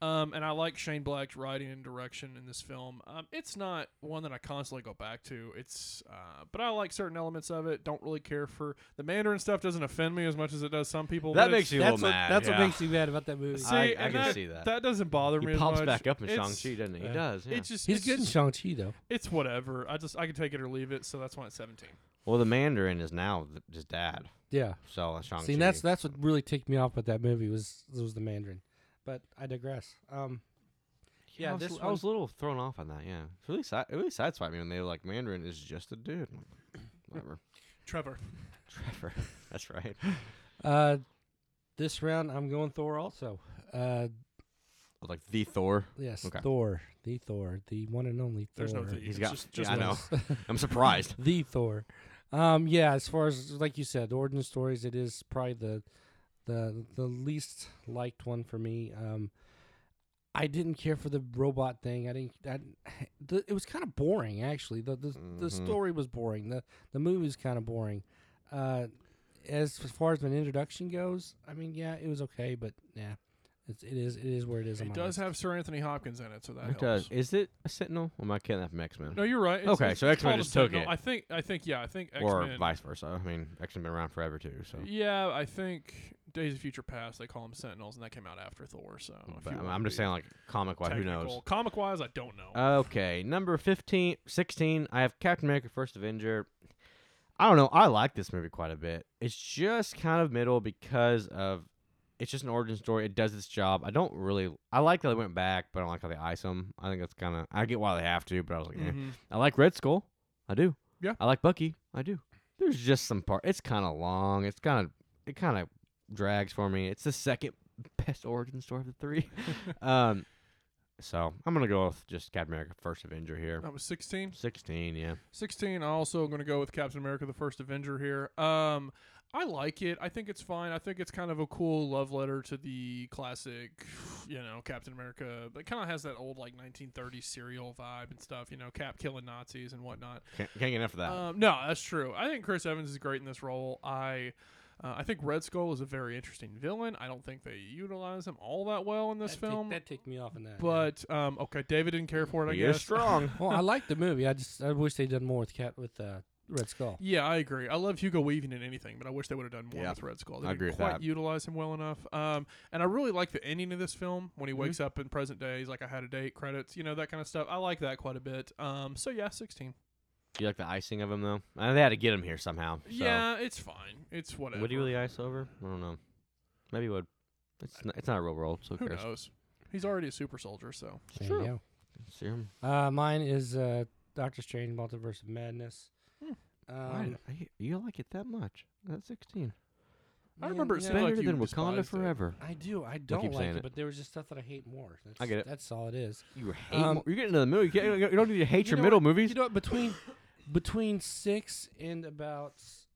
S6: Um, and I like Shane Black's writing and direction in this film. Um, it's not one that I constantly go back to. It's, uh, but I like certain elements of it. Don't really care for the Mandarin stuff. Doesn't offend me as much as it does some people.
S5: That
S6: but it's-
S5: makes you a
S4: That's
S5: little
S4: what,
S5: mad.
S4: that's
S5: yeah.
S4: what makes me mad about that movie.
S5: I-
S6: See,
S5: I
S6: and
S5: can see that.
S6: That doesn't bother
S5: He
S6: me. as
S5: pops
S6: much.
S5: back up in Shang
S6: It's- uh,
S5: Chi, doesn't he? He
S4: yeah.
S5: does. Yeah.
S6: It's just
S4: He's
S6: it's
S4: good in
S6: just-
S4: Shang Chi though.
S6: It's whatever. I just I can take it or leave it. So that's why it's seventeen.
S5: well, the Mandarin is now th- his dad.
S4: Yeah.
S5: So uh, Shang
S4: See, that's that's what really ticked me off about that movie was was the Mandarin. But I digress. Um, yeah,
S5: I was,
S4: this
S5: I was a little thrown off on that. Yeah, it's really side, it really sideswiped me when they were like Mandarin is just a dude. I'm like, Whatever,
S6: Trevor.
S5: Trevor. That's right.
S4: uh, this round I'm going Thor also. Uh,
S5: I was like the Thor.
S4: yes,
S5: Okay.
S4: Thor, the Thor, the one and only. Thor.
S6: There's no thing.
S5: He's
S6: It's
S5: got-
S6: Just,
S5: yeah,
S6: just
S5: I know.
S6: us.
S5: I'm surprised.
S4: the Thor. Um, yeah, as far as like you said, origin stories, it is probably the the the least liked one for me. Um, I didn't care for the robot thing. I didn't. I, the, it was kind of boring, actually. The the, the
S5: Mhm.
S4: story was boring. the The movie was kind of boring. Uh, as far as an introduction goes, I mean, yeah, it was okay, but yeah, it's, it is it is where it is. on
S6: It
S4: my
S6: does
S4: list.
S6: have Sir Anthony Hopkins in it, so that
S5: It
S6: helps.
S5: does. uh, Is it a Sentinel? Or am I kidding that from X Men?
S6: No, you're right. It's-
S5: Okay,
S6: it's
S5: so X-Men
S6: called a
S5: just took
S6: Sentinel.
S5: it.
S6: I think. I think. Yeah. I think X
S5: or
S6: Men.
S5: vice versa. I mean, X Men been around forever too. So
S6: Yeah, I think Days of Future Past. They call them Sentinels, and that came out after Thor. So if
S5: but
S6: you
S5: I'm,
S6: wanna
S5: I'm just
S6: be
S5: saying, like comic wise, who knows? Uh,
S6: technical- Comic wise, I don't know.
S5: Okay, number 15, 16, I have Captain America First Avenger. I don't know, I like this movie quite a bit. It's just kind of middle because of it's just an origin story. It does its job. I don't really I like that they went back, but I don't like how they ice them. I think that's kind of I get why they have to, but I was like, eh.
S6: Mhm.
S5: I like Red Skull. I do.
S6: Yeah.
S5: I like Bucky. I do. There's just some part. It's kind of long. It's kind of it kind of drags for me. It's the second best origin story of the three. um, so I'm gonna go with just Captain America: First Avenger here.
S6: That was sixteen.
S5: Sixteen, yeah.
S6: 16 also going to go with captain america the first avenger here um i like it i think it's fine i think it's kind of a cool love letter to the classic you know captain america that kind of has that old like 1930s serial vibe and stuff you know cap killing nazis and whatnot
S5: Can't, can't get enough of that.
S4: Ah.
S6: um, no that's true i think chris evans is great in this role i uh, I think Red Skull is a very interesting villain. I don't think they utilize him all that well in this
S4: that
S6: film.
S4: Tick, that ticked me off in that. yeah.
S6: but um, okay, David didn't care for it.
S5: He
S6: I
S5: is
S6: guess
S5: strong.
S4: well, I like the movie. I just I wish they'd done more with cat with uh, Red Skull.
S6: Yeah, I agree. I love Hugo Weaving in anything, but I wish they would have done more
S5: Yeah,
S6: with Red Skull. They
S5: I
S6: didn't
S5: agree with
S6: quite
S5: that.
S6: utilize him well enough. Um, and I really like the ending of this film when he
S5: Mm-hmm.
S6: wakes up in present day. He's like, I had a date, credits, you know, that kind of stuff. I like that quite a bit. Um, so yeah, sixteen.
S5: you like the icing of him though? I know they had to get him here somehow. So.
S6: Yeah, it's fine. It's whatever.
S5: Would he really ice over? I don't know. Maybe he would. It's not, it's not a real world, so
S6: Who
S5: who cares?
S6: knows? He's already a super soldier, so
S4: There
S5: True.
S4: you go.
S5: Serum.
S4: Uh, mine is uh, Doctor Strange: Multiverse of Madness.
S6: Hmm.
S5: Why
S4: Um,
S5: did I- you like it that much? That's sixteen.
S6: I remember it
S4: yeah,
S6: seemed
S5: Better
S6: like you
S5: than Wakanda
S6: despised it.
S5: forever.
S4: I do. I don't
S5: keep
S4: like
S5: saying
S4: it,
S5: it.
S4: but there was just stuff that I hate more. That's,
S5: get it.
S4: That's all it is.
S5: You hate.
S4: Um,
S5: more- you're getting into the middle. You, can't- you don't need to hate
S4: You
S5: your
S4: know
S5: middle
S4: what-
S5: movies.
S4: You know what? Between between six and about s-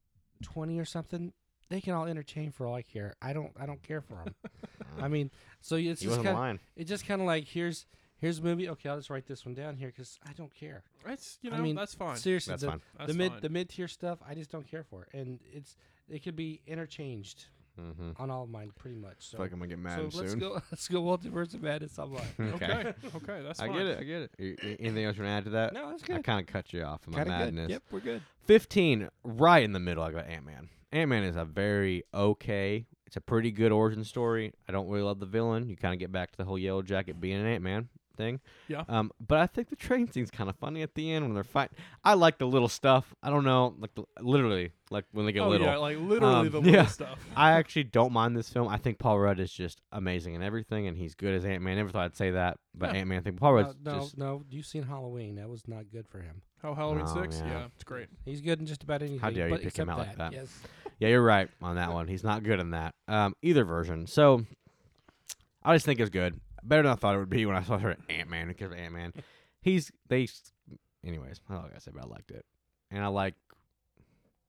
S4: twenty or something, they can all entertain for all I care. I don't. I don't care for them. I mean, so it's
S5: He
S4: just
S5: wasn't
S4: kind.
S5: lying.
S4: It's just kind of like here's here's a movie. Okay, I'll just write this one down here because I don't care.
S6: That's you know
S4: I mean,
S6: that's fine.
S4: Seriously,
S5: That's
S4: the,
S5: fine.
S4: the
S6: That's
S4: mid
S6: fine.
S4: the mid tier stuff, I just don't care for, and it's it could be interchanged
S5: Mm-hmm.
S4: on all of mine pretty much. So,
S5: Fuck, I'm gonna get mad
S4: so let's
S5: soon.
S4: go let's go multiverse of madness online.
S6: okay, okay, that's
S5: I
S6: fine.
S5: get it. I get it. You- you- Anything else you want to add to that?
S4: No, that's
S5: I
S4: good.
S5: kind of cut you off in my
S4: Kinda good.
S5: madness.
S4: Yep, we're good.
S5: 15, right in the middle, I got Ant Man. Ant Man is a very okay, it's a pretty good origin story. I don't really love the villain. You kind of get back to the whole Yellow Jacket being an Ant Man thing.
S6: Yeah.
S5: Um, but I think the train scene's kind of funny at the end when they're fighting. I like the little stuff. I don't know, like the, literally, like when they get
S6: Oh
S5: little.
S6: yeah, like literally
S5: Um,
S6: the little
S5: yeah.
S6: stuff.
S5: I actually don't mind this film. I think Paul Rudd is just amazing in everything, and he's good as Ant Man. Never thought I'd say that, but
S6: Yeah.
S5: Ant Man. I think Paul
S4: No,
S5: Rudd's
S4: no,
S5: just.
S4: no, you've seen Halloween. That was not good for him.
S6: Oh, Halloween
S5: Oh,
S6: six.
S5: yeah.
S6: Yeah. it's great.
S4: He's good in just about anything.
S5: dare you
S4: but
S5: pick
S4: except
S5: him out like that.
S4: Yes.
S5: Yeah, you're right on that one. He's not good in that. Um, either version. So I just think it's good. Better than I thought it would be when I saw her Ant Man because Ant Man. He's they. s- Anyways, I don't know what I said, but I liked it, and I like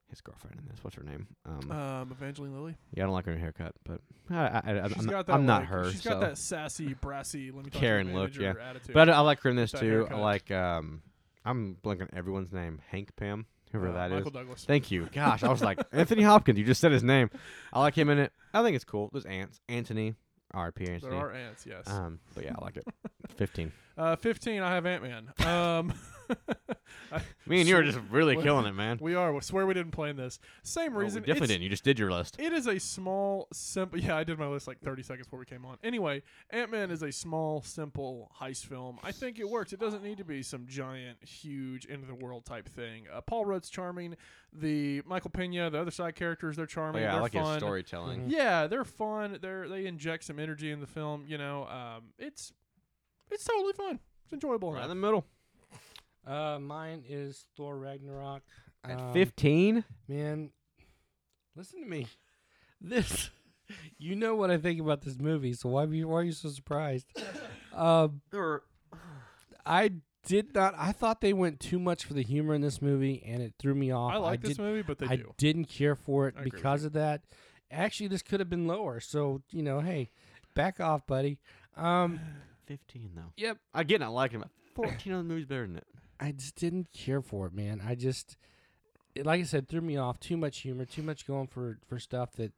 S5: his girlfriend in this. What's her name? Um,
S6: Um, Evangeline Lilly.
S5: yeah, I don't like her haircut, but I, I, I, I'm,
S6: She's
S5: not,
S6: got that.
S5: I'm not
S6: like-
S5: her.
S6: She's
S5: so.
S6: got that sassy, brassy. Let me talk
S5: Karen
S6: to your
S5: look,
S6: manager Attitude.
S5: But uh, I like her in this
S6: That
S5: too. I
S6: haircut.
S5: like um, I'm blanking everyone's name. Hank Pym, whoever
S6: Uh,
S5: that is.
S6: Michael Douglas.
S5: Thank you. Gosh, I was like Anthony Hopkins. You just said his name. I like him in it. I think it's cool. There's ants. Anthony, R.I.P.
S6: There
S5: Anthony.
S6: are ants. Yes.
S5: um, but yeah, I like it. Fifteen.
S6: Uh, fifteen. I have Ant Man. Um, I-
S5: Me and you are just really
S6: Well,
S5: killing it, man.
S6: we are. We swear we didn't plan this. Same
S5: Well, we
S6: reason.
S5: definitely
S6: it's-
S5: didn't. You just did your list.
S6: It is a small, simple. Yeah, I did my list like 30 seconds before we came on. Anyway, Ant Man is a small, simple heist film. I think it works. It doesn't need to be some giant, huge, end of the world type thing. Uh, Paul Rudd's charming. The Michael Pena, the other side characters, they're
S5: Oh,
S6: charming.
S5: yeah, I
S6: they're
S5: like his
S6: fun. Mhm.
S5: storytelling.
S6: Yeah, they're fun. They're they inject some energy in the film. You know, um, it's it's totally fun. It's enjoyable.
S5: Right in
S6: enough.
S5: the middle.
S4: Uh, mine is Thor Ragnarok.
S5: At
S4: Um,
S5: fifteen,
S4: Man, listen to me. This, you know what I think about this movie, so why, be, why are you so surprised? Um, I did not. I thought they went too much for the humor in this movie, and it threw me off.
S6: I like
S4: did,
S6: this movie, but they
S4: I
S6: do.
S4: didn't care for it
S6: I agree with
S4: because of that. Actually, this could have been lower. So you know, hey, back off, buddy. Um,
S5: fifteen though.
S4: yep.
S5: Again, I like him. Fourteen other movies better than it.
S4: I just didn't care for it, man. I just, it, like I said, threw me off. Too much humor, too much going for for stuff that.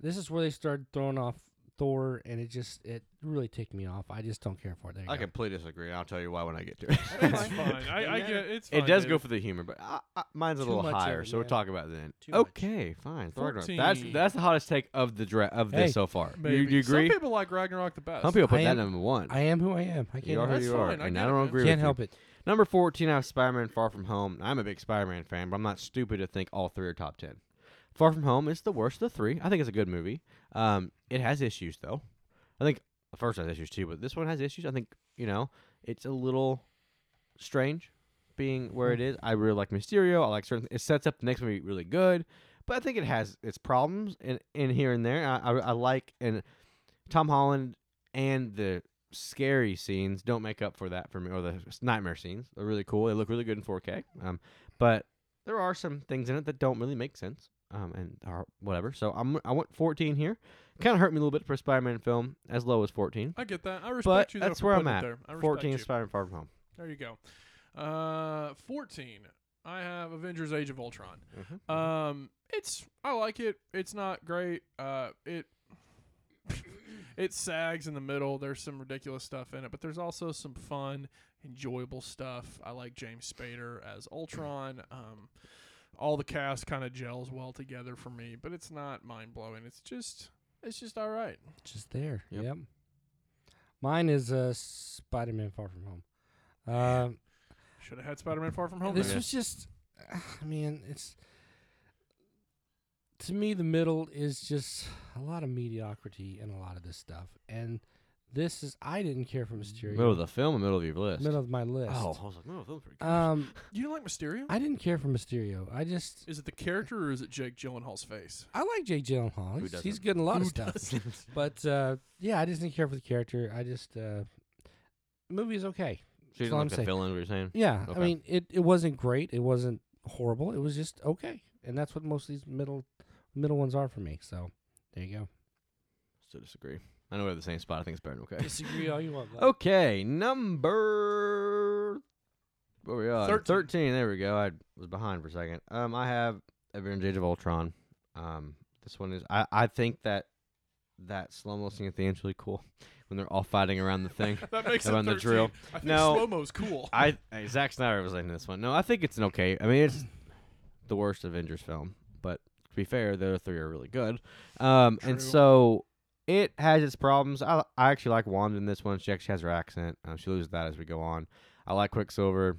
S4: This is where they started throwing off Thor, and it just it really ticked me off. I just don't care for it. There you
S5: I
S4: go.
S5: completely disagree. I'll tell you why when I get to it.
S6: It's fine. I, I get it's.
S5: It
S6: fine,
S5: does
S6: dude.
S5: go for the humor, but I, I, mine's a
S4: Too
S5: little
S4: much of
S5: higher,
S4: it,
S5: so we'll
S4: yeah.
S5: talk about it then.
S4: Too much.
S5: okay, fine. Thor Ragnarok. That's
S6: 14.
S5: that's the hottest take of the dra- of
S4: Hey.
S5: this so far. You,
S6: Maybe.
S5: you agree?
S6: Some people like Ragnarok the best.
S5: Some people put
S4: I
S5: that
S4: am-
S5: number one.
S4: I am who I am. I
S5: you
S4: can't,
S5: are who
S4: help,
S6: That's
S5: you are,
S6: fine, I
S5: and
S6: get
S5: I
S6: it,
S5: don't
S6: man.
S5: agree.
S4: it. can't
S5: with
S4: help
S5: you.
S4: it.
S5: Number fourteen, I have Spider-Man: Far From Home. I'm a big Spider-Man fan, but I'm not stupid to think all three are top ten. Far From Home is the worst of the three. I think it's a good movie. Um, it has issues though. I think the first has issues too, but this one has issues. I think you know it's a little strange being where it is. I really like Mysterio. I like certain. It sets up the next movie really good, but I think it has its problems in, in here and there. I, I, I like and Tom Holland and the scary scenes don't make up for that for me, or the s- nightmare scenes. They're really cool. They look really good in 4K. Um, but there are some things in it that don't really make sense. Um, and are whatever. So I'm I went 14 here. Kind of hurt me a little bit for a Spider-Man film, as low as 14.
S6: I get that. I respect
S5: But
S6: you. though,
S5: that's
S6: for
S5: where I'm
S6: putting it
S5: at.
S6: There. I respect
S5: 14
S6: you.
S5: is Spider-Man Far From Home.
S6: There you go. Uh, 14. I have Avengers: Age of Ultron.
S5: Mhm.
S6: Um, it's I like it. It's not great. Uh, it it sags in the middle. There's some ridiculous stuff in it, but there's also some fun, enjoyable stuff. I like James Spader as Ultron. Um, all the cast kind of gels well together for me, but it's not mind blowing. It's just it's just all right.
S4: Just there.
S5: Yep.
S4: Yep. Mine is uh, Spider-Man: Far From Home. Um,
S6: Should have had Spider-Man: Far From Home.
S4: This
S6: there.
S4: was just, I mean, it's to me the middle is just a lot of mediocrity and a lot of this stuff. And this is I didn't care for Mysterio.
S5: Middle of the film, or middle of your list.
S4: Middle of my list.
S5: Oh, I was like, middle of the film's pretty good.
S4: Um,
S6: you don't like Mysterio?
S4: I didn't care for Mysterio. I just
S6: Is it the character or is it Jake Gyllenhaal's face?
S4: I like Jake Gyllenhaal. He's, he's
S5: doesn't?
S4: good in a lot
S6: Who
S4: of stuff. But uh, yeah, I just didn't care for the character. I just uh, movie is okay.
S5: So you
S4: That's
S5: don't like
S4: all I'm
S5: the
S4: saying.
S5: fill-in, what you're saying?
S4: Yeah,
S5: Okay.
S4: I mean, it, it wasn't great. It wasn't horrible. It was just okay, and that's what most of these middle middle ones are for me. So there you go.
S5: Still disagree. I know we're at the same spot. I think it's better than okay.
S4: Disagree all you want.
S5: Okay, number where we are
S6: Thirteen.
S5: There we go. I was behind for a second. Um, I have Avengers: Age of Ultron. Um, this one is I I think that that slow-mo scene at the end's really cool when they're all fighting around the thing.
S6: That makes
S5: Around
S6: it
S5: the
S6: 13.
S5: drill.
S6: I think
S5: No.
S6: slow mo's cool.
S5: I hey, Zack Snyder was in this one. No, I think it's an okay. I mean, it's the worst Avengers film, but to be fair, the other three are really good. Um, and
S6: True.
S5: so it has its problems. I I actually like Wanda in this one. She actually has her accent. Um, she loses that as we go on. I like Quicksilver.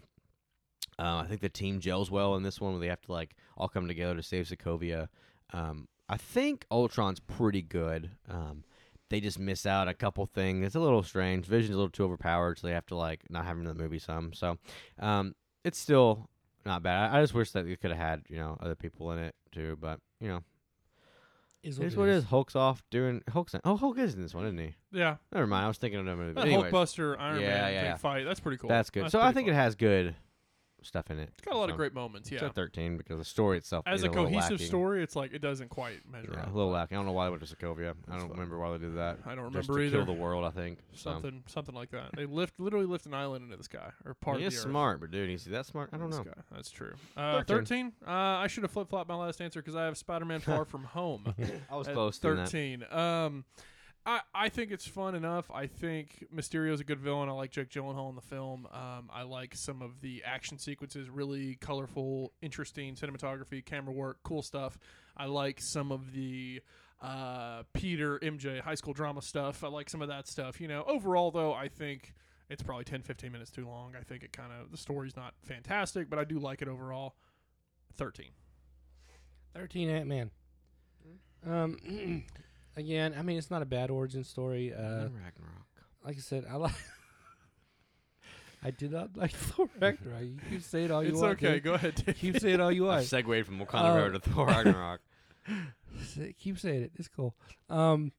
S5: Um, I think the team gels well in this one where they have to like all come together to save Sokovia. Um, I think Ultron's pretty good. Um, they just miss out a couple things. It's a little strange. Vision's a little too overpowered, so they have to like not have him in the movie some. So, um, it's still not bad. I, I just wish that we could have had you know other people in it too, but you know here's what it is. Hulk's off doing Hulk's. Oh, Hulk is in this one, isn't he?
S6: yeah,
S5: Never mind. I was thinking of another movie.
S6: that
S5: But anyways,
S6: Hulkbuster Iron
S5: Yeah,
S6: Man
S5: yeah,
S6: thing
S5: yeah.
S6: fight. That's pretty cool.
S5: that's good. so I
S6: pretty
S5: think
S6: fun.
S5: it has good stuff in it.
S6: It's got a lot of
S5: So,
S6: great moments.
S5: It's
S6: Yeah,
S5: a thirteen because the story itself
S6: as
S5: is
S6: a
S5: little
S6: cohesive
S5: lacking.
S6: story, it's like it doesn't quite measure
S5: Yeah,
S6: up.
S5: a little lacking. I don't know why they went to Sokovia. I don't
S6: fine.
S5: remember why they did that.
S6: I don't
S5: Just
S6: remember
S5: to kill
S6: either.
S5: the world, I think. So.
S6: Something, something like that. They lift, literally lift an island into the sky or part
S5: He
S6: of
S5: is
S6: the earth.
S5: smart, but dude, is he that smart? I don't
S6: This
S5: know.
S6: guy. That's true. Uh, 13.
S5: Thirteen.
S6: Uh, I should have flip flopped my last answer because I have Spider Man Far From Home.
S5: I was
S6: at
S5: close to that.
S6: 13. Um, I, I think it's fun enough. I think Mysterio's a good villain. I like Jake Gyllenhaal in the film. Um, I like some of the action sequences, really colorful, interesting cinematography, camera work, cool stuff. I like some of the uh, Peter MJ high school drama stuff. I like some of that stuff. You know, overall though, I think it's probably 10, 15 minutes too long. I think it kind of the story's not fantastic, but I do like it overall. 13.
S4: Thirteen Ant Man. Um, again, I mean, it's not a bad origin story. Uh,
S5: Ragnarok.
S4: like I said, I like. I do not like Thor Ragnarok. You can say it all Oh, you
S6: it's
S4: want.
S6: okay.
S4: dude.
S6: Go ahead. Dave.
S4: Keep saying it all you
S5: I
S4: want.
S5: segued from Wakanda
S4: Uh,
S5: Road to Thor Ragnarok.
S4: Say- keep saying it. It's cool. Um,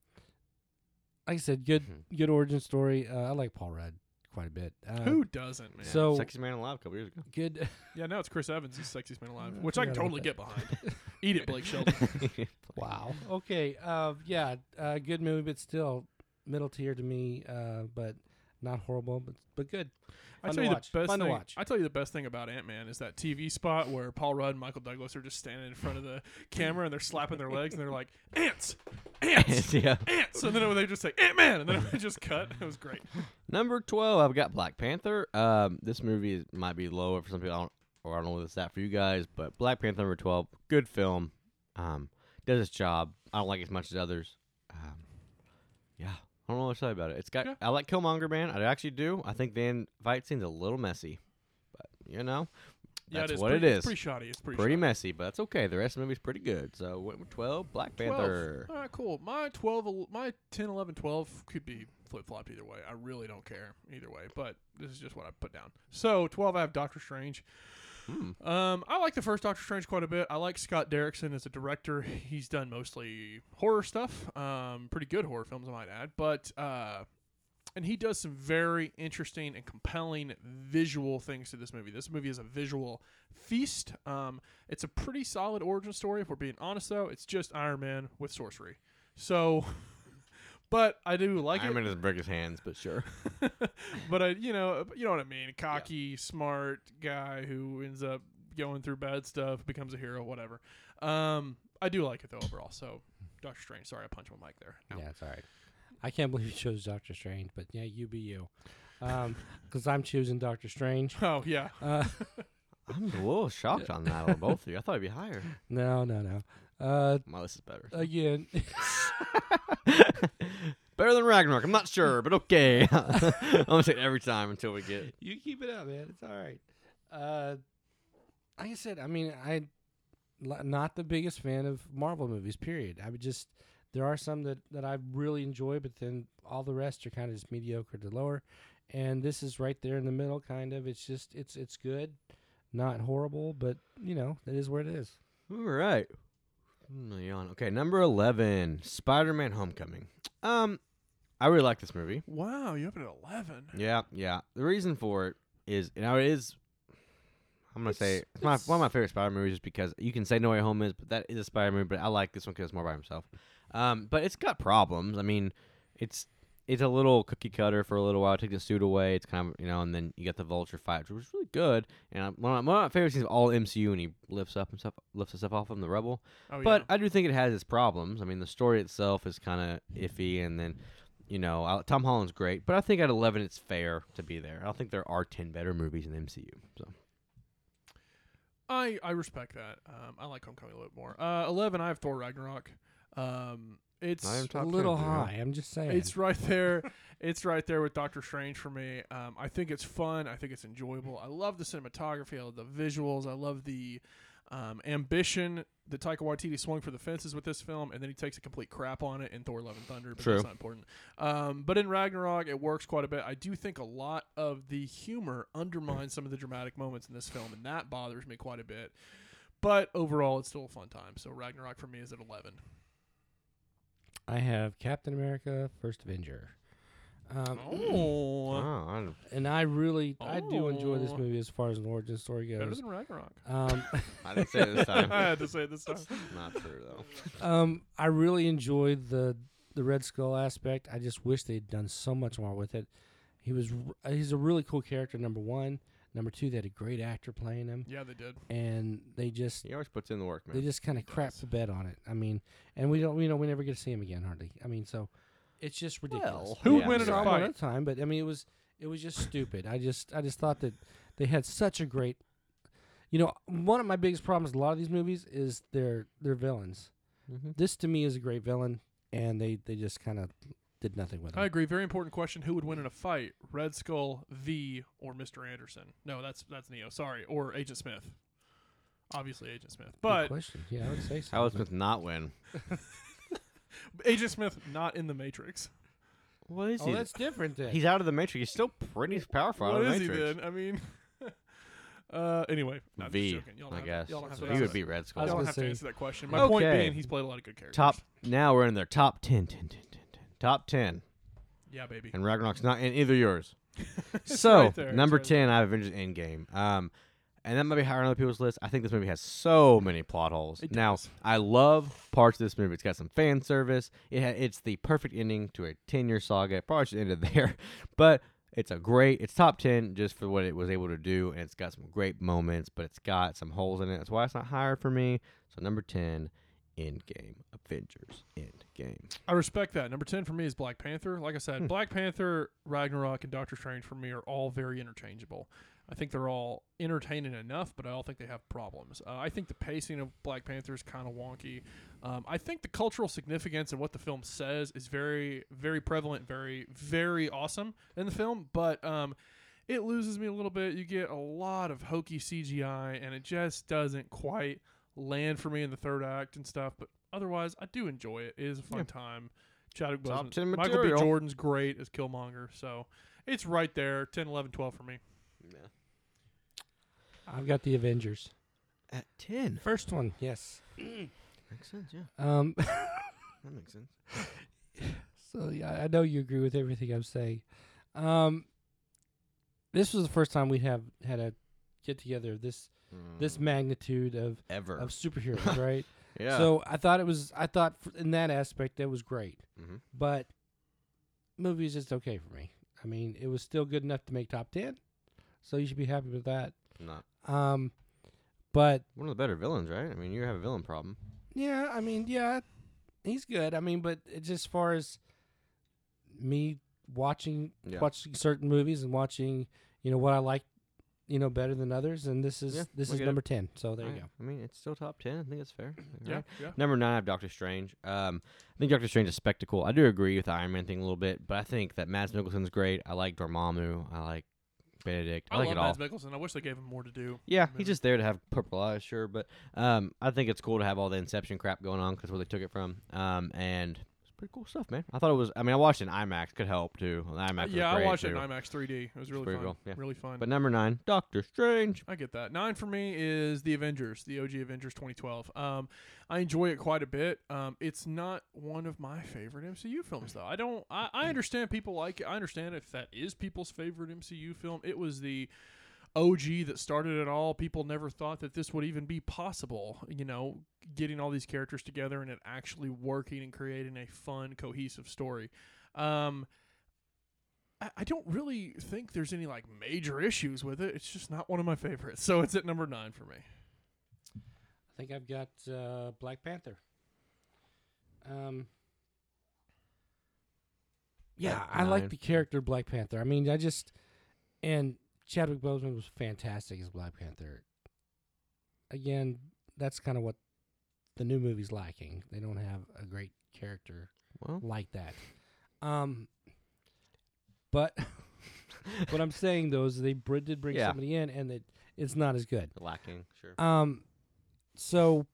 S4: like I said, good
S5: Mhm.
S4: good origin story. Uh, I like Paul Rudd quite a bit. Uh,
S6: Who doesn't, man?
S5: Man,
S4: so-
S5: sexiest man alive a couple years ago.
S4: good?
S6: Yeah, now it's Chris Evans, the sexiest man alive,
S4: I
S6: which I can
S4: forgot
S6: totally get
S4: about
S6: behind. Eat it, Blake Shelton.
S4: wow. Okay. Uh, yeah. Uh, good movie, but still middle tier to me. Uh, but not horrible, but but good.
S6: I tell
S4: Fun to
S6: you the
S4: watch.
S6: best
S4: Fun to
S6: thing.
S4: watch.
S6: I tell you the best thing about Ant Man is that TV spot where Paul Rudd and Michael Douglas are just standing in front of the camera and they're slapping their legs and they're like ants, ants,
S5: yeah.
S6: ants, and then they just say Ant Man, and then it just cut. It was great.
S5: Number twelve, I've got Black Panther. Um, this movie is, might be lower for some people, I don't, or I don't know what it's at for you guys, but Black Panther number twelve, good film. Um, does its job. I don't like it as much as others. Um, yeah, I don't know what to say about it. It's got.
S6: Yeah.
S5: I like Killmonger, man. I actually do. I think the end fight scene's a little messy, but you know,
S6: Yeah,
S5: that's
S6: it is
S5: what
S6: pretty,
S5: it is.
S6: It's pretty shoddy. It's pretty.
S5: pretty
S6: shoddy.
S5: messy, but that's okay. The rest of the movie's pretty good. So went with 12, Black
S6: 12.
S5: Panther.
S6: All right, cool. My 12, el- my 10, 11, 12 could be flip flopped either way. I really don't care either way, but this is just what I put down. So, 12, I have Doctor Strange. Um, I like the first Doctor Strange quite a bit. I like Scott Derrickson as a director. He's done mostly horror stuff, um, pretty good horror films, I might add. But uh, and he does some very interesting and compelling visual things to this movie. This movie is a visual feast. Um, it's a pretty solid origin story, if we're being honest, though. It's just Iron Man with sorcery. So, but I do like
S5: I'm
S6: it.
S5: in his break his hands, but sure.
S6: but I, you know, you know what I mean. Cocky, smart guy who ends up going through bad stuff, becomes a hero, whatever. Um, I do like it though overall. So, Doctor Strange. Sorry, I punched my mic there. No.
S4: Yeah, it's all right. I can't believe you chose Doctor Strange, but yeah, you be you. Um, because I'm choosing Doctor Strange.
S6: Oh yeah.
S4: Uh,
S5: I'm a little shocked on that on both of you. I thought it'd be higher.
S4: no, no, no. Uh,
S5: My list is better.
S4: again,
S5: better than Ragnarok. I'm not sure, but okay. I'm gonna say it every time until we get.
S4: you keep it up, man. It's all right. Uh, like I said, I mean, I li- not the biggest fan of Marvel movies. Period. I would just there are some that that I really enjoy, but then all the rest are kind of just mediocre to lower. And this is right there in the middle, kind of. It's just it's it's good, not horrible, but you know it is what it is.
S5: All right. Hmm, a yawn. Okay, number eleven, Spider-Man: Homecoming. Um, I really like this movie.
S6: Wow, you have it at eleven.
S5: Yeah, yeah. The reason for it is now it is. I'm gonna say
S6: It's-
S5: it's my
S6: it's-
S5: one of my favorite Spider movies, just because you can say No Way Home is, but that is a Spider movie. But I like this one because it's more by himself. Um, but it's got problems. I mean, it's it's a little cookie cutter for a little while. Take the suit away. It's kind of you know, and then you got the vulture fight, which was really good. And I- one of my, one of my favorite scenes of all MCU, and he lifts up and stuff, lifts himself off him, the rebel.
S6: Oh,
S5: But
S6: yeah.
S5: I do think it has its problems. I mean, the story itself is kind of iffy, and then you know I, Tom Holland's great, but I think at eleven it's fair to be there. I don't think there are ten better movies in the MCU. So
S6: I I respect that. Um, I like Homecoming a little bit more. Uh, Eleven, I have Thor Ragnarok. Um, it's
S5: I am top
S4: a
S5: ten,
S4: little
S5: you know?
S4: high. I'm just saying.
S6: It's right there. it's right there with Doctor Strange for me. Um, I think it's fun. I think it's enjoyable. I love the cinematography. I love the visuals. I love the um, ambition that Taika Waititi swung for the fences with this film, and then he takes a complete crap on it in Thor: Love and Thunder. But
S5: True.
S6: that's not important. Um, but in Ragnarok, it works quite a bit. I do think a lot of the humor undermines some of the dramatic moments in this film, and that bothers me quite a bit. But overall, it's still a fun time. So Ragnarok for me is at eleven.
S4: I have Captain America: First Avenger. Um,
S6: Oh,
S5: Oh, I don't-
S4: and I really, I do enjoy this
S6: Oh.
S4: movie as far as an origin story
S6: better
S4: goes.
S6: than Ragnarok.
S4: Um,
S5: I didn't say it this
S6: I
S5: time.
S6: had to say it this time.
S5: Not true though.
S4: um, I really enjoyed the the Red Skull aspect. I just wish they'd done so much more with it. He was r- uh, he's a really cool character. Number one, number two, they had a great actor playing him,
S6: Yeah, they did.
S4: and they just
S5: He always puts in the work,
S4: they
S5: man.
S4: just kind of crap the bed on it. I mean, and we don't, you know, we never get to see him again hardly. I mean, so it's just ridiculous.
S5: Well,
S6: Who
S5: Yeah,
S6: would win in
S5: that's
S6: a
S5: right.
S4: Saw him
S6: fight?
S4: one other time, but I mean, it was it was just stupid. I just I just thought that they had such a great, you know, one of my biggest problems with a lot of these movies is their their villains. This to me is a great villain, and they they just kind of did nothing with
S6: I
S4: it.
S6: agree. Very important question. Who would win in a fight? Red Skull, V, or Mr. Anderson? No, that's that's Neo. Sorry, or Agent Smith. Obviously, Agent Smith. But
S4: question, yeah, I would say so.
S5: How would Smith not win?
S6: Agent Smith not in the Matrix.
S5: What is
S4: Oh, that's different then.
S5: He's out of the Matrix. He's still pretty powerful. out
S6: what
S5: of the
S6: is he
S5: Matrix.
S6: then? I mean, uh, anyway. No, I'm just
S5: V,
S6: joking. Y'all don't
S5: I
S6: have to-
S5: guess.
S6: y'all don't have
S5: So
S6: to
S5: he would
S6: answer
S5: be Red
S6: that. Y'all
S5: Skull.
S6: don't
S4: gonna
S6: have to
S4: say-
S6: answer that question. My point
S5: Okay.
S6: being, he's played a lot of good characters.
S5: Top. Now we're in their top 10, 10, 10, 10, 10. Top ten.
S6: Yeah, baby.
S5: and Ragnarok's not in either of yours.
S6: It's
S5: so
S6: right there, it's
S5: number
S6: right there.
S5: ten, I have Avengers Endgame. Um, and that might be higher on other people's list. I think this movie has so many plot holes.
S6: It
S5: now
S6: does.
S5: I love parts of this movie. It's got some fan service. It ha- it's the perfect ending to a ten year saga. It probably should end it there, but it's a great. It's top ten just for what it was able to do, and it's got some great moments, but it's got some holes in it. That's why it's not higher for me. So number ten, Endgame, Avengers Endgame.
S6: I respect that. Number 10 for me is Black Panther. Like I said, Black Panther, Ragnarok, and Doctor Strange for me are all very interchangeable. I think they're all entertaining enough, but I all think they have problems. Uh, I think the pacing of Black Panther is kind of wonky. Um, I think the cultural significance and what the film says is very, very prevalent, very, very awesome in the film, but um, it loses me a little bit. You get a lot of hokey CGI, and it just doesn't quite land for me in the third act and stuff. But otherwise, I do enjoy it. It is a fun time. Chadwick
S5: Top
S6: Boseman,
S5: 10
S6: Michael B.
S5: material.
S6: Jordan's great as Killmonger, so it's right there, 10, 11, 12 for me.
S4: I've got the Avengers.
S5: At ten,
S4: First one, yes.
S5: makes sense. Yeah,
S4: Um,
S5: that makes sense.
S4: So yeah, I know you agree with everything I'm saying. Um, this was the first time we have had a get together of this this magnitude of
S5: ever.
S4: of superheroes, right?
S5: yeah.
S4: So I thought it was I thought f- in that aspect that was great,
S5: Mhm.
S4: but movie is just okay for me. I mean, it was still good enough to make top ten, so you should be happy with that.
S5: not
S4: Um, but
S5: one of the better villains, right? I mean, you have a villain problem.
S4: Yeah, I mean, yeah, he's good. I mean, but it, just as far as me watching
S5: Yeah.
S4: watching certain movies and watching, you know, what I like, you know, better than others, and this is
S5: Yeah,
S4: this
S5: I
S4: is
S5: get it.
S4: number ten. So there you
S5: Right. I mean, it's still top ten. I think it's fair.
S6: Yeah,
S5: Right?
S6: yeah.
S5: Number nine, I have Doctor Strange. Um, I think Doctor Strange is spectacle. I do agree with the Iron Man thing a little bit, but I think that Mads Mikkelsen's great. I like Dormammu. I like Benedict. I,
S6: I,
S5: like
S6: love
S5: it all.
S6: Mads Mikkelsen. I wish they gave him more to do.
S5: Yeah,
S6: movie.
S5: he's just there to have purple eyes, sure, but um, I think it's cool to have all the Inception crap going on because where they took it from. Um, and it's pretty cool stuff, man. I thought it was. I mean, I watched it in IMAX. Could help too. And IMAX.
S6: yeah,
S5: was
S6: I
S5: great,
S6: watched it in
S5: too.
S6: IMAX 3D. It was really
S5: pretty
S6: fun.
S5: cool, yeah.
S6: Really fun.
S5: But number nine, Doctor Strange.
S6: I get that. Nine for me is the Avengers, the OG Avengers 2012. Um, I enjoy it quite a bit. Um, it's not one of my favorite MCU films, though. I don't. I, I understand people like it. I understand if that is people's favorite MCU film. It was the OG that started it all. People never thought that this would even be possible. You know, getting all these characters together and it actually working and creating a fun, cohesive story. Um, I, I don't really think there's any like major issues with it. It's just not one of my favorites, so it's at number nine for me.
S4: I think I've got uh, Black Panther. Um, yeah,
S5: At
S4: I like
S5: nine.
S4: the character Black Panther. I mean, I just and Chadwick Boseman was fantastic as Black Panther. Again, that's kind of what the new movie's lacking. They don't have a great character
S5: Well,
S4: like that. Um, but what I'm saying though is they br- did bring
S5: Yeah.
S4: somebody in, and it, it's not as good.
S5: lacking, sure.
S4: Um, so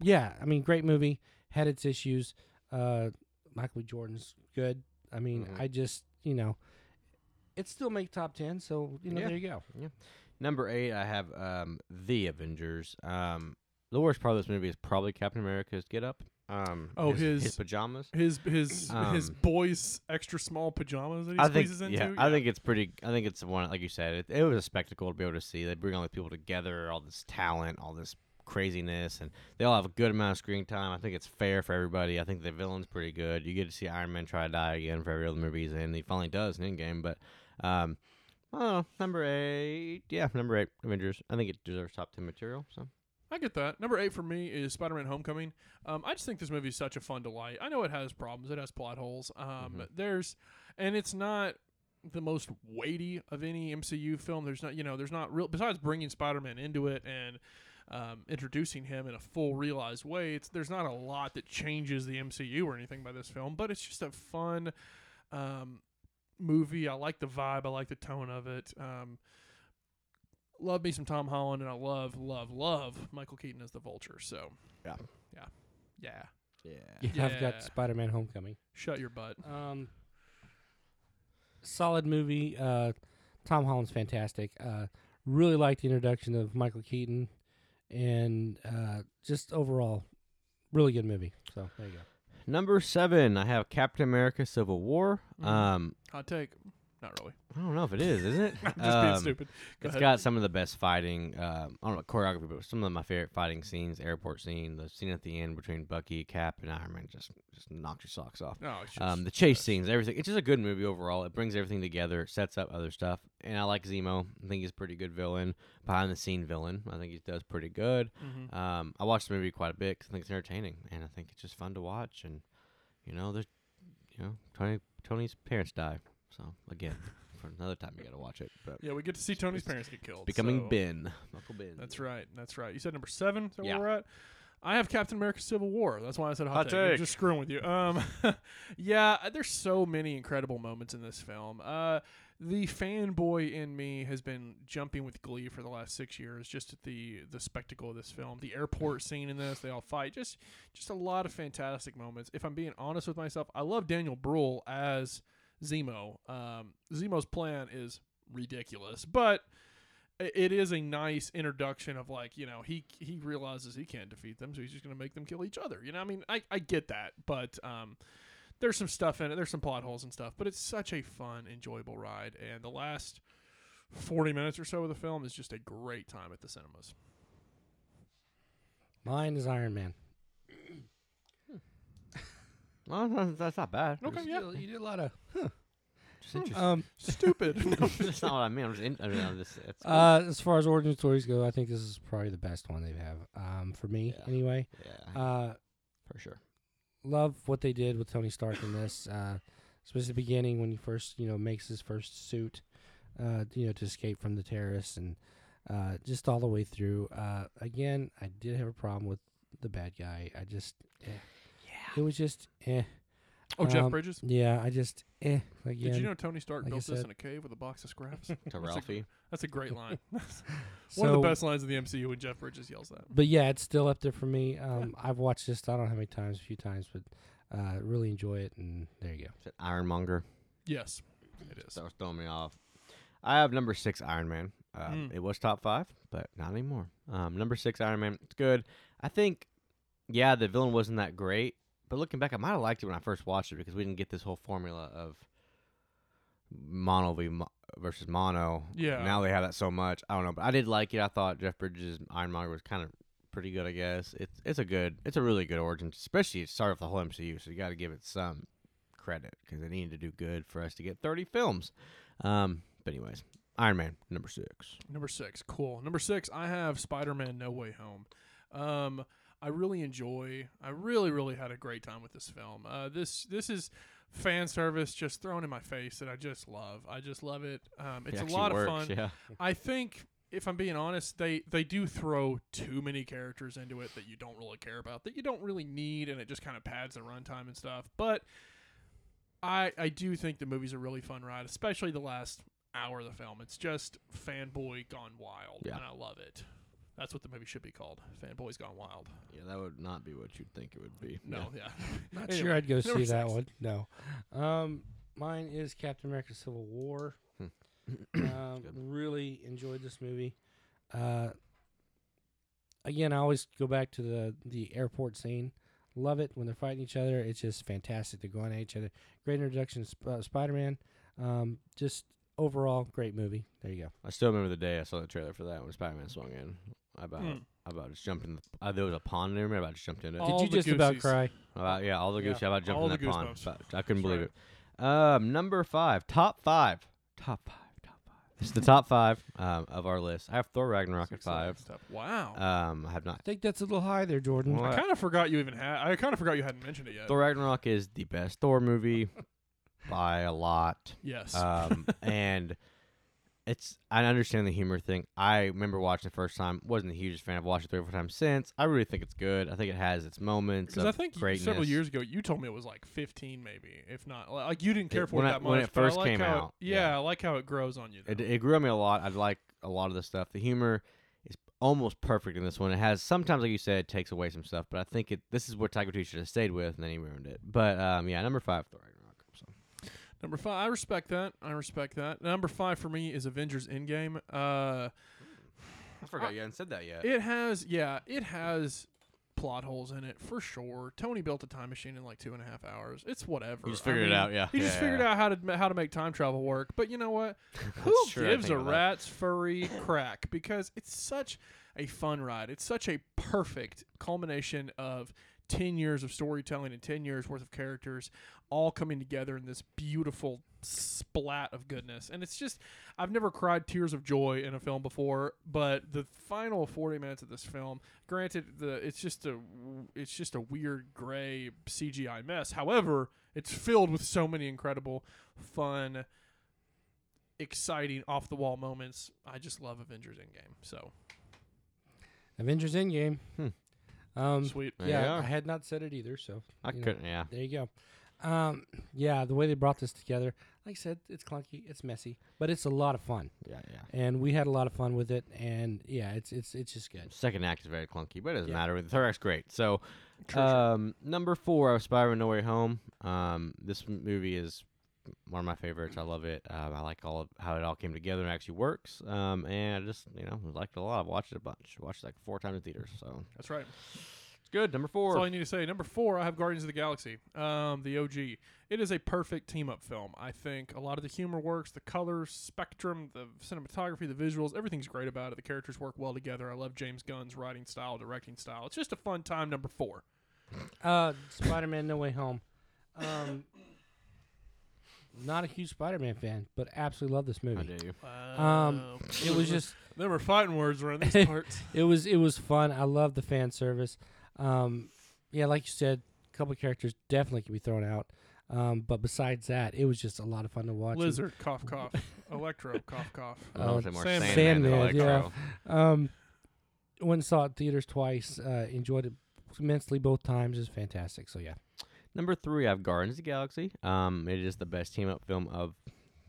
S4: yeah, I mean, great movie had its issues. Uh, Michael B. Jordan's good. I mean,
S5: Mhm.
S4: I just you know, it still make top ten. So you know,
S5: Yeah.
S4: there you go.
S5: Number eight, I have um, the Avengers. Um, the worst part of this movie is probably Captain America's get up. Um,
S6: Oh,
S5: his,
S6: his-
S5: pajamas.
S6: His his his
S5: Um,
S6: boys extra small pajamas that he
S5: I think,
S6: squeezes
S5: yeah,
S6: into.
S5: I think it's pretty. I think it's the one, like you said, it, it was a spectacle to be able to see. They bring all these people together, all this talent, all this craziness, and they all have a good amount of screen time. I think it's fair for everybody. I think the villain's pretty good. You get to see Iron Man try to die again for every other movie he's in. He finally does in Endgame, but um, oh, number eight, yeah, number eight, Avengers. I think it deserves top ten material. So
S6: I get that. Number eight for me is Spider Man Homecoming. Um, I just think this movie is such a fun delight. I know it has problems, it has plot holes. Um, There's, and it's not the most weighty of any MCU film. There's not, you know, there's not real, besides bringing Spider Man into it and um, introducing him in a full realized way, it's, there's not a lot that changes the MCU or anything by this film, but it's just a fun um, movie. I like the vibe, I like the tone of it. Um, love me some Tom Holland, and I love, love, love Michael Keaton as the Vulture. So
S5: Yeah.
S6: yeah, yeah.
S5: yeah.
S4: Yeah, I've
S6: Yeah.
S4: got Spider-Man: Homecoming.
S6: Shut your butt.
S4: Um, solid movie. Uh, Tom Holland's fantastic. Uh, really liked the introduction of Michael Keaton, and uh, just overall, really good movie. So there you go.
S5: Number seven, I have Captain America: Civil War.
S6: Mhm.
S5: Um,
S6: Hot take. Not really.
S5: I don't know if it is, is it?
S6: I'm just being stupid.
S5: Um, It's
S6: Go ahead.
S5: got some of the best fighting. Um, I don't know choreography, but some of my favorite fighting scenes. Airport scene, the scene at the end between Bucky, Cap, and Iron Man just just knocks your socks off.
S6: No, it's just,
S5: Um, the chase scenes, everything. It's just a good movie overall. It brings everything together. It sets up other stuff, and I like Zemo. I think he's a pretty good villain, behind the scene villain. I think he does pretty good.
S6: Mhm.
S5: Um, I watched the movie quite a bit 'cause I think it's entertaining, and I think it's just fun to watch. And you know, there's, you know, Tony Tony's parents die, so again, for another time you got to watch it. But
S6: yeah, we get to see Tony's
S5: it's
S6: parents get killed.
S5: becoming
S6: so-
S5: Ben, Uncle Ben.
S6: That's right. That's right. You said number seven. So
S5: Yeah.
S6: we're at. I have Captain America: Civil War. That's why I said hot,
S5: Hot
S6: take. I'm
S5: take.
S6: Just screwing with you. Um, yeah, uh, there's so many incredible moments in this film. Uh, the fanboy in me has been jumping with glee for the last six years, just at the the spectacle of this film. The airport scene in this, they all fight. Just just a lot of fantastic moments. If I'm being honest with myself, I love Daniel Bruhl as Zemo. Um, Zemo's plan is ridiculous, but i- it is a nice introduction of like you know he he realizes he can't defeat them so he's just going to make them kill each other you know i mean i i get that but um there's some stuff in it there's some plot holes and stuff but it's such a fun enjoyable ride and the last 40 minutes or so of the film is just a great time at the cinemas
S4: Mine is Iron Man.
S5: Well, oh, that's- that's not bad.
S6: Okay,
S5: It's
S6: yeah.
S4: You did- You did a lot of
S5: just interesting.
S4: um,
S6: stupid
S5: Uh, that's not what I mean. I'm just. In, I mean, I'm just it's cool.
S4: Uh, as far as origin stories go, I think this is probably the best one they have. Um, for me,
S5: Yeah.
S4: anyway.
S5: yeah,
S4: Uh,
S5: for sure.
S4: love what they did with Tony Stark in this, uh, especially the beginning when he first, you know, makes his first suit, uh, you know, to escape from the terrorists, and uh, just all the way through. Uh, again, I did have a problem with the bad guy. I just, eh. yeah, it was just, eh.
S6: oh jeff
S4: Um,
S6: bridges
S4: Yeah, I just, eh. Again,
S6: did you know tony stark
S4: like I
S6: built this
S4: said.
S6: in a cave with a box of scraps
S5: To
S6: That's a-
S5: Ralphie.
S6: that's a great line one of the
S4: so-
S6: best lines in the mcu when jeff bridges yells that
S4: but yeah, it's still up there for me. Um, I've watched this. I don't know how many times, a few times, but uh, really enjoy it. And there you go.
S5: Is it Ironmonger.
S6: yes it is
S5: That was throwing me off. I have number six Iron Man. Um,
S6: Mm.
S5: It was top five, but not anymore. Um, number six Iron Man. It's good. I think, yeah, the villain wasn't that great, but looking back, I might have liked it when I first watched it because we didn't get this whole formula of mono v mo- versus mono.
S6: Yeah.
S5: Now they have that so much. I don't know, but I did like it. I thought Jeff Bridges' Ironmonger was kind of pretty good. I guess it's it's a good, it's a really good origin, especially it started off the whole MCU. So you got to give it some credit because they needed to do good for us to get 30 films. Um, but anyways, Iron Man number six.
S6: Number six, cool. Number six, I have Spider Man No Way Home. Um, I really enjoy. I really, really had a great time with this film. Uh, this this is fan service just thrown in my face that I just love. I just love it. Um,
S5: It
S6: it's a
S5: actually
S6: lot
S5: works,
S6: of fun.
S5: Yeah.
S6: I think if I'm being honest, they they do throw too many characters into it that you don't really care about, that you don't really need, and it just kind of pads the runtime and stuff. But I I do think the movie's a really fun ride, especially the last hour of the film. It's just fanboy gone wild,
S5: Yeah.
S6: and I love it. That's what the movie should be called. Fanboys Gone Wild.
S5: Yeah, that would not be what you'd think it would be.
S6: No, yeah.
S4: Not
S6: Anyway,
S4: sure I'd go
S6: number
S4: see that
S6: six.
S4: one. No. Um, mine is Captain America: Civil War.
S5: Hmm.
S4: um, really enjoyed this movie. Uh, again, I always go back to the the airport scene. Love it when they're fighting each other. It's just fantastic. They're going at each other. Great introduction to Sp- uh, Spider Man. Um, just overall great movie. There you go.
S5: I still remember the day I saw the trailer for that when Spider Man swung in. I about
S6: Hmm.
S5: I about just jumped in. The, uh, there was a pond in there. I about just jumped in it.
S6: All
S4: Did you
S6: the
S4: just about
S6: goosies.
S4: cry?
S5: About, yeah, all the
S6: Yeah,
S5: goose. I about jumped
S6: all
S5: in
S6: the
S5: that pond.
S6: goosebumps.
S5: But I couldn't
S6: That's
S5: believe it. Um, number five, top five, top five, top five. It's the top five um, of our list. I have Thor Ragnarok at
S6: Six
S5: five.
S6: seven stuff. Wow.
S5: Um, I have not.
S4: I think that's a little high there, Jordan.
S5: Well,
S6: I kind of forgot you even had. I kind of forgot you hadn't mentioned it yet.
S5: Thor Ragnarok is the best Thor movie by a lot.
S6: yes.
S4: Uh,
S5: um, and it's I understand the humor thing. I remember watching it first time, wasn't the hugest fan. I've watched it three or four times since. I really think it's good. I think it has its moments.
S6: Because
S5: of
S6: I think
S5: greatness.
S6: several years ago you told me it was like 15, maybe, if not. Li- Like you didn't care
S5: It-
S6: for
S5: when
S6: it
S5: I-
S6: that much.
S5: when it
S6: but I
S5: first
S6: like
S5: came
S6: how it-
S5: out,
S6: yeah,
S5: yeah.
S6: I like how it grows on you.
S5: It,
S6: though.
S5: it grew on me a lot. I like a lot of the stuff. The humor is almost perfect in this one. It has sometimes, like you said, it takes away some stuff, but I think it. This is what Taika Waititi should have stayed with, and then he ruined it. But um, yeah, number five, Thor Ragnarok. So.
S6: Number five, I respect that. I respect that. Number five for me is Avengers Endgame. Uh,
S5: I forgot you hadn't said that yet.
S6: it has, yeah, it has plot holes in it for sure. Tony built a time machine in like two and a half hours. It's whatever.
S5: He just
S6: I
S5: figured it
S6: mean,
S5: out, yeah.
S6: He just
S5: Yeah,
S6: figured
S5: yeah.
S6: out how to ma- how to make time travel work. But you know what? Who
S5: true, I
S6: gives
S5: think
S6: a
S5: about that.
S6: rat's furry crack? Because it's such a fun ride. It's such a perfect culmination of 10 years of storytelling and 10 years worth of characters all coming together in this beautiful splat of goodness. And it's just, I've never cried tears of joy in a film before, but the final 40 minutes of this film, granted, the it's just a it's just a weird gray CGI mess. However, it's filled with so many incredible, fun, exciting, off the wall moments. I just love Avengers Endgame. So
S4: Avengers Endgame. Um,
S6: sweet.
S5: Hmm. There you
S4: yeah,
S5: are.
S4: I had not said it either, so
S5: I
S4: you know.
S5: couldn't. Yeah,
S4: There you go. Um, yeah, the way they brought this together, like I said, it's clunky, it's messy, but it's a lot of fun,
S5: yeah, yeah.
S4: and we had a lot of fun with it. And yeah, it's it's it's just good.
S5: Second act is very clunky, but it doesn't
S4: Yeah.
S5: matter. The third act's great. So, um, number four, I was Spider-Man: No Way Home. Um, this m- movie is one of my favorites. I love it. Um, I like all of how it all came together and actually works. Um, and I just you know liked it a lot. I've watched it a bunch. Watched it like four times in theaters. So
S6: That's right.
S5: it's good. Number four.
S6: That's all I need to say. Number four, I have Guardians of the Galaxy, um, the OG. It is a perfect team up film. I think a lot of the humor works, the colors, spectrum, the cinematography, the visuals, everything's great about it. The characters work well together. I love James Gunn's writing style, directing style. It's just a fun time. Number four.
S4: Uh, Spider-Man: No Way Home. Um, not a huge Spider-Man fan, but absolutely love this
S5: How
S4: movie.
S5: dare you?
S4: Um, it was just
S6: There were fighting words around these parts.
S4: it was it was fun. I love the fan service. Um, yeah, like you said, a couple of characters definitely could be thrown out. Um, but besides that, it was just a lot of fun to watch. and-
S6: Lizard, cough, cough. Electro, cough, cough.
S5: I don't know if
S4: Oh,
S5: they're more
S6: Sandman.
S5: Sandman than
S4: Sandman, yeah.
S5: Electro.
S4: Um, went and saw it in theaters twice. Uh, enjoyed it immensely both times. It's fantastic. So yeah,
S5: Number three, I have Guardians of the Galaxy. Um, it is the best team up film of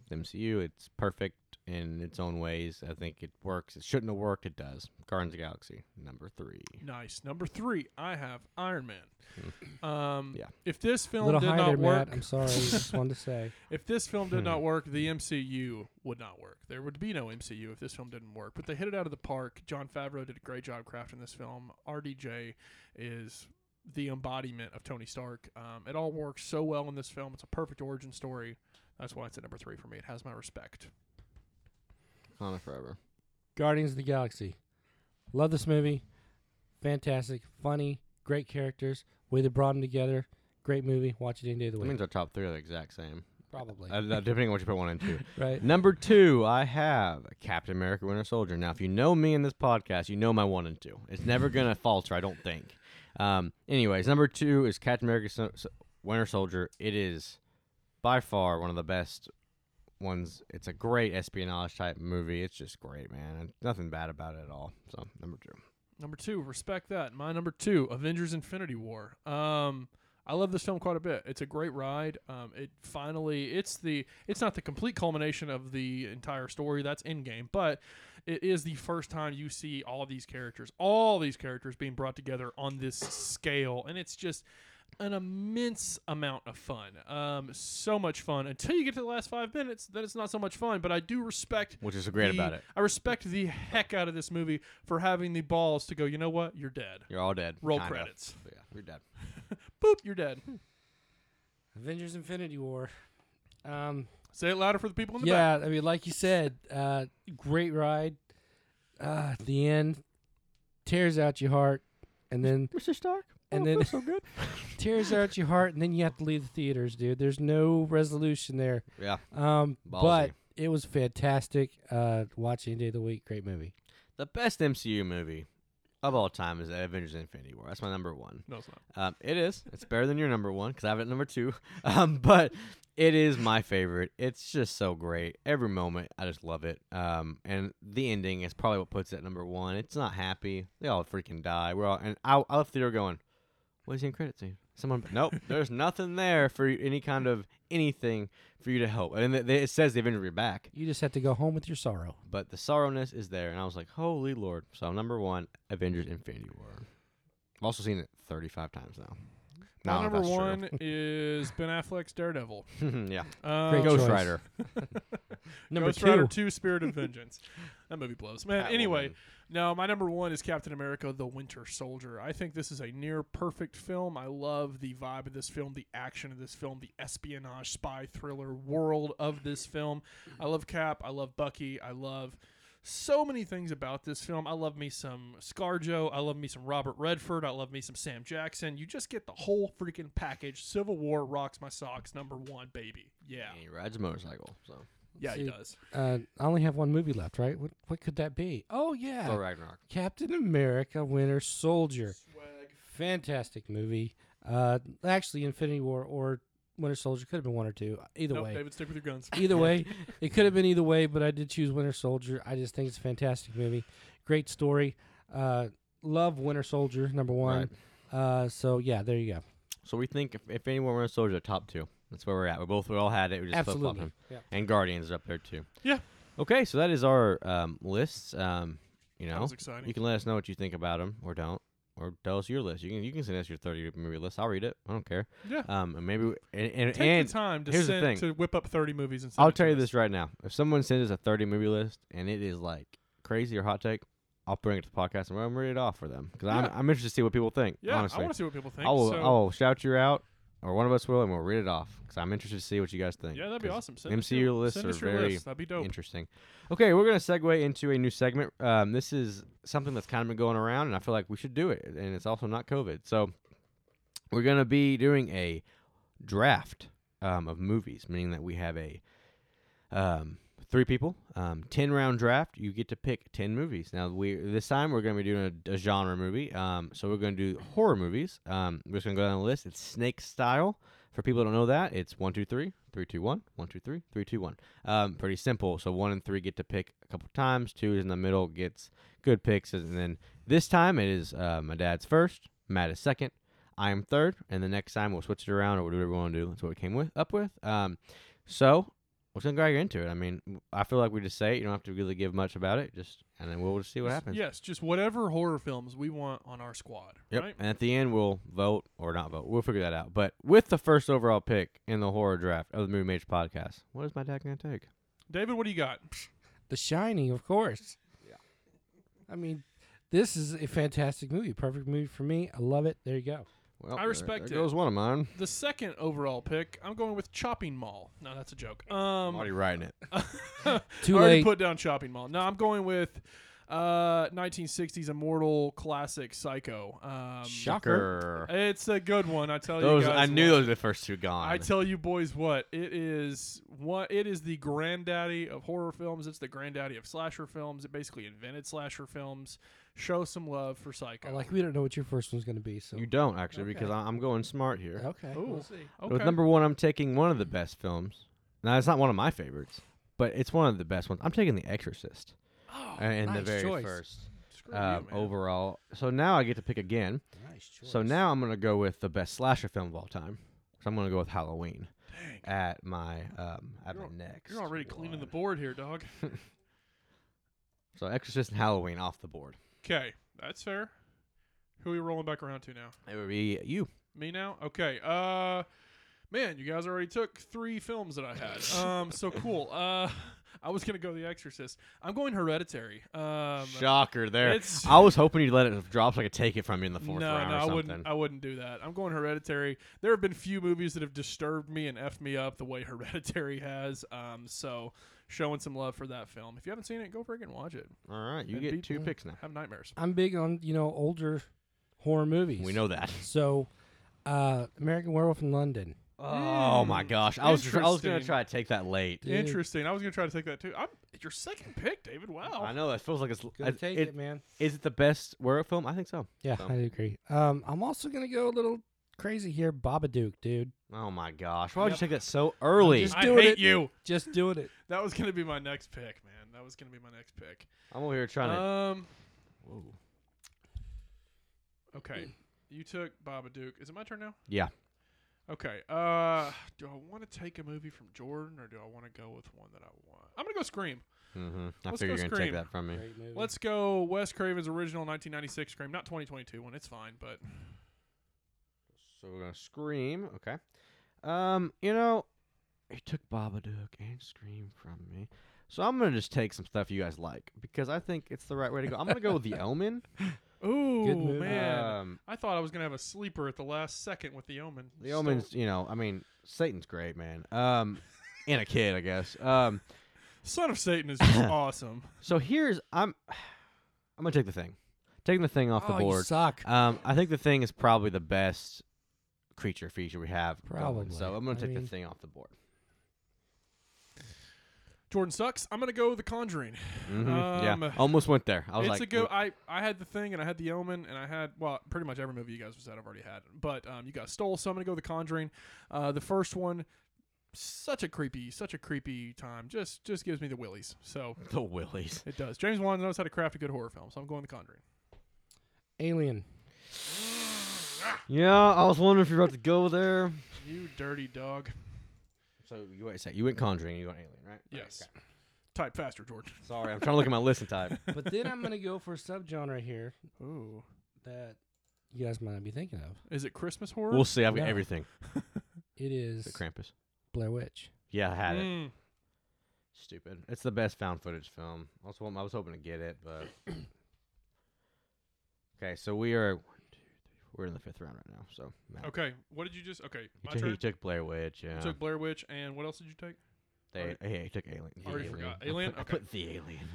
S5: the MCU. It's perfect in its own ways. I think it works. It shouldn't have worked. It does. Guardians of the Galaxy, number three.
S6: Nice. Number three, I have Iron Man. Um,
S5: Yeah.
S6: If this film
S4: little
S6: did
S4: high
S6: not
S4: there,
S6: work,
S4: Matt. I'm Hmm. sorry. just wanted to say
S6: If this film did not work, the MCU would not work. There would be no MCU if this film didn't work. But they hit it out of the park. John Favreau did a great job crafting this film. RDJ is the embodiment of Tony Stark. Um, it all works so well in this film. It's a perfect origin story. That's why it's at number three for me. It has my respect.
S5: Wakanda Forever.
S4: Guardians of the Galaxy. Love this movie. Fantastic, funny, great characters. Way they brought them together. Great movie. Watch it any day of the
S5: That
S4: week.
S5: means our top three are the exact same.
S4: Probably.
S5: Uh, depending on what you put one and two.
S4: right.
S5: Number two, I have Captain America Winter Soldier. Now, if you know me in this podcast, you know my one and two. It's never going to falter, I don't think. Um, anyways, number two is Captain America So- So- Winter Soldier. It is by far one of the best ones. It's a great espionage type movie. It's just great, man. And nothing bad about it at all. So, number two.
S6: Number two, respect that. My number two, Avengers: Infinity War. Um, I love this film quite a bit. It's a great ride. Um, it finally, it's the, it's not the complete culmination of the entire story. That's Endgame, but it is the first time you see all these characters, all these characters being brought together on this scale, and it's just an immense amount of fun. Um, so much fun until you get to the last five minutes. Then it's not so much fun. But I do respect
S5: Which is great
S6: the-
S5: about it.
S6: I respect the heck out of this movie for having the balls to go, you know what? You're dead.
S5: You're all dead.
S6: Roll
S5: kinda.
S6: credits.
S5: But yeah, you're dead.
S6: Boop, you're dead.
S4: Avengers Infinity War. Um,
S6: Say it louder for the people in the back.
S4: yeah, I mean, like you said, uh, great ride. Uh, the end tears out your heart, and then
S5: Mr. Stark.
S4: And then-
S5: so good.
S4: tears out your heart, and then you have to leave the theaters, dude. There's no resolution there.
S5: Yeah.
S4: Um,
S5: Ballsy.
S4: but it was fantastic. Uh, watch any day of the week. Great movie.
S5: The best MCU movie of all time is Avengers Infinity War. That's my number one.
S6: No, it's not.
S5: Um, it is. It's better than your number one because I have it at number two. Um, but it is my favorite. It's just so great. Every moment, I just love it. Um, and the ending is probably what puts it at number one. It's not happy. They all freaking die. We're all and I, I left theater going, "What is the end credit scene?" Someone, nope. there's nothing there for you- any kind of anything for you to help. And then it says the Avengers are back,
S4: You just have to go home with your sorrow.
S5: but the sorrowness is there. And I was like, "Holy Lord!" So number one, Avengers Infinity War. I've also seen it 35 times now.
S6: My
S5: Now,
S6: number
S5: that's true.
S6: one is Ben Affleck's Daredevil.
S5: yeah.
S6: Um,
S4: Great
S5: Ghost
S4: choice.
S5: Rider.
S4: Number
S6: Ghost Rider
S4: two.
S6: 2 Spirit of Vengeance. that movie blows. Man,
S5: Catwoman.
S6: anyway, no, my number one is Captain America The Winter Soldier. I think this is a near perfect film. I love the vibe of this film, the action of this film, the espionage spy thriller world of this film. I love Cap. I love Bucky. I love so many things about this film. I love me some Scarjo. I love me some Robert Redford. I love me some Sam Jackson. You just get the whole freaking package. Civil War rocks my socks. Number one, baby. Yeah.
S5: And he rides a motorcycle. So.
S6: Yeah, he
S4: See,
S6: does.
S4: Uh, I only have one movie left, right? What what could that be? Oh yeah,
S5: Thor Ragnarok.
S4: Captain America: Winter Soldier. Fantastic movie. Uh, actually, Infinity War or Winter Soldier could have been one or two. Either
S6: Nope,
S4: way,
S6: David, stick with your guns.
S4: either way, it could have been either way. But I did choose Winter Soldier. I just think it's a fantastic movie. Great story. Uh, love Winter Soldier number one. Uh, so yeah, there you go.
S5: So we think if, if anyone were a soldier, top two. That's where we're at. We both we all had it. We just flip flopped
S4: Absolutely.
S5: him.
S4: Yeah.
S5: And Guardians are up there too.
S6: Yeah.
S5: Okay, so that is our um, lists. Um, you know,
S6: was exciting.
S5: you can let us know what you think about them or don't, or tell us your list. You can you can send us your thirty movie list. I'll read it. I don't care.
S6: Yeah.
S5: Um, and maybe we- and and,
S6: Take
S5: and
S6: the time to
S5: here's the
S6: send,
S5: thing.
S6: to whip up 30 movies and send
S5: I'll
S6: it to
S5: tell you
S6: us.
S5: this right now. If someone sends us a 30 movie list and it is like crazy or hot take, I'll bring it to the podcast and I'm read it off for them because I'm,
S6: Yeah.
S5: I'm interested to see what people think.
S6: Yeah, I
S5: honestly.
S6: want to see what people think.
S5: I'll,
S6: so,
S5: I'll shout you out, or one of us will, and we'll read it off because I'm interested to see what you guys think.
S6: yeah, that'd be
S5: 'cause
S6: awesome. Send us
S5: MCU
S6: your,
S5: lists
S6: send
S5: are
S6: us your
S5: very
S6: lists. That'd be dope.
S5: Interesting. Okay, we're gonna segue into a new segment. Um, this is something that's kind of been going around, and I feel like we should do it. And it's also not COVID, so we're gonna be doing a draft um, of movies, meaning that we have a um, three people, um, ten round draft. You get to pick ten movies. Now we this time we're gonna be doing a, a genre movie. Um, so we're gonna do horror movies. Um, we're just gonna go down the list. It's snake style. For people who don't know that, it's one, two, three, three, two, one, one, two, three, three, two, one. Um, pretty simple. So one and three get to pick a couple times. Two is in the middle, gets good picks, and then this time it is uh, my dad's first, Matt is second, I am third, and the next time we'll switch it around or we'll do whatever we want to do. That's what we came with up with. Um, so we're just gonna go right into it. I mean, I feel like we just say it. You don't have to really give much about it. Just and then we'll just see what happens.
S6: Yes, just whatever horror films we want on our squad,
S5: Yep.
S6: right?
S5: And at the end, we'll vote or not vote. We'll figure that out. But with the first overall pick in the horror draft of the Movie Mage podcast, what is my dad going to take?
S6: David, what do you got?
S4: The Shining, of course. Yeah. I mean, this is a fantastic movie. Perfect movie for me. I love it. There you go.
S5: Well,
S6: I
S5: there-
S6: respect
S5: there
S6: it.
S5: goes one of mine.
S6: The second overall pick, I'm going with Chopping Mall. No, that's a joke. Um,
S5: already writing it.
S4: Too
S6: I already
S4: late.
S6: put down Shopping Mall. No, I'm going with uh, 1960s immortal classic Psycho. Um,
S4: Shocker.
S6: It's a good one. I tell
S5: Those
S6: you guys.
S5: I knew
S6: what.
S5: those were the first two gone.
S6: I tell you boys what it is. What it is the granddaddy of horror films. It's the granddaddy of slasher films. It basically invented slasher films. Show some love for Psycho.
S4: Like we don't know what your first one's gonna be, so
S5: you don't actually because
S6: Okay.
S5: I, I'm going smart here.
S4: okay.
S6: Ooh.
S4: We'll see.
S6: okay.
S5: With number one, I'm taking one of the best films. Now it's not one of my favorites, but it's one of the best ones. I'm taking The Exorcist. Oh, and the
S4: nice
S5: very
S4: choice.
S5: first
S6: Screw you,
S5: um,
S6: man.
S5: overall. So now I get to pick again.
S4: Nice choice.
S5: So now I'm gonna go with the best slasher film of all time. So I'm gonna go with Halloween
S6: Dang.
S5: at my um at
S6: You're al-
S5: my next.
S6: You're already cleaning the
S5: one.
S6: board here, dog.
S5: So Exorcist and Halloween off the board.
S6: Okay, that's fair. Who are we rolling back around to now?
S5: It would be you.
S6: Me now? Okay. Uh man, you guys already took three films that I had. Um so cool. Uh I was gonna go The Exorcist. I'm going Hereditary. Um
S5: Shocker there.
S6: it's-
S5: I was hoping you'd let it drop so I could take it from you in the fourth
S6: no,
S5: round or
S6: no, I
S5: something.
S6: wouldn't. I wouldn't do that. I'm going Hereditary. There have been few movies that have disturbed me and effed me up the way Hereditary has. Um, so showing some love for that film. If you haven't seen it, go freaking watch it.
S5: All right, you
S6: And
S5: get
S6: beat
S5: two
S6: me.
S5: picks now.
S6: Have nightmares.
S4: I'm big on you know older horror movies.
S5: We know that.
S4: So, uh, American Werewolf in London.
S5: Oh my gosh, I was tr- I was gonna
S6: Interesting.
S5: try to take that late.
S4: Dude.
S6: Interesting. I was gonna try to take that too. I'm your second pick, David. Wow.
S5: I know that feels like it's. I-
S4: Gonna take
S5: it-
S4: it, man.
S5: Is it the best werewolf film? I think so.
S4: Yeah,
S5: So-
S4: I agree. Um, I'm also gonna go a little crazy here, Babadook, dude.
S5: Oh my gosh, why would
S6: Yep.
S5: you take that so early?
S4: just-
S6: I
S4: doing
S6: hate
S4: it.
S6: you.
S4: Just doing it.
S6: That was gonna be my next pick, man. That was gonna be my next pick.
S5: I'm over here trying to.
S6: Um.
S5: Whoa.
S6: Okay. You took Babadook. Is it my turn now?
S5: Yeah.
S6: Okay. Uh, do I want to take a movie from Jordan, or do I want to go with one that I want? I'm gonna go Scream.
S5: Mm-hmm. I
S6: Let's
S5: figure
S6: go
S5: you're gonna
S6: Scream.
S5: take that from me.
S4: Great movie.
S6: Let's go Wes Craven's original 1996 Scream, not 2022 one. It's fine, but
S5: So we're gonna scream. Okay. Um, you know, it took Babadook and Scream from me. So I'm gonna just take some stuff you guys like because I think it's the right way to go. I'm gonna go with The Omen.
S6: ooh
S4: movie.
S6: man,
S5: Um,
S6: I thought I was gonna have a sleeper at the last second with The Omen.
S5: The
S6: Still-
S5: Omen's, you know, I mean, Satan's great, man. Um, and a kid, I guess. Um,
S6: Son of Satan is just awesome.
S5: so here's I'm, I'm gonna take the thing, taking the thing off
S4: oh,
S5: the
S4: You
S5: board.
S4: suck.
S5: Um, I think the thing is probably the best creature feature we have. going,
S4: Probably.
S5: So I'm gonna
S4: I
S5: take
S4: mean-
S5: the thing off the board.
S6: Jordan sucks. I'm gonna go The Conjuring.
S5: Mhm, yeah,
S6: Um,
S5: almost went there. I was
S6: it's
S5: like,
S6: a go. I I had the thing, and I had the Omen, and I had well, pretty much every movie you guys said I've already had. But um, you guys stole, so I'm gonna go with The Conjuring. Uh, the first one, such a creepy, such a creepy time. Just just gives me the willies. So
S5: the Willies.
S6: it does. James Wan knows how to craft a good horror film, so I'm going The Conjuring.
S4: Alien.
S5: Yeah, I was wondering if you're about to go there.
S6: You dirty dog.
S5: So you wait a sec. You went Conjuring. You went Alien, right?
S6: Yes.
S5: Okay.
S6: Type faster, Jordan.
S5: Sorry, I'm trying to look at my list in time.
S4: But then I'm gonna go for a subgenre here
S6: Ooh.
S4: that you guys might not be thinking of.
S6: Is it Christmas horror?
S5: We'll see. I've got
S4: No.
S5: everything.
S4: It
S5: The
S4: is
S5: Krampus.
S4: Blair Witch.
S5: Yeah, I had it.
S6: Mm.
S5: Stupid. It's the best found footage film. I was, hoping- I was hoping to get it, but. okay, so we are. One, two, three, four. We're in the fifth round right now, so. Matt,
S6: Okay. What did you just? Okay.
S5: He
S6: My
S5: took,
S6: turn.
S5: he took Blair Witch. Yeah.
S6: You took Blair Witch, and what else did you take?
S5: they, yeah, he took Alien. The
S6: Already
S5: Alien.
S6: forgot.
S5: I
S6: Alien?
S5: put- I
S6: Okay.
S5: put the Alien.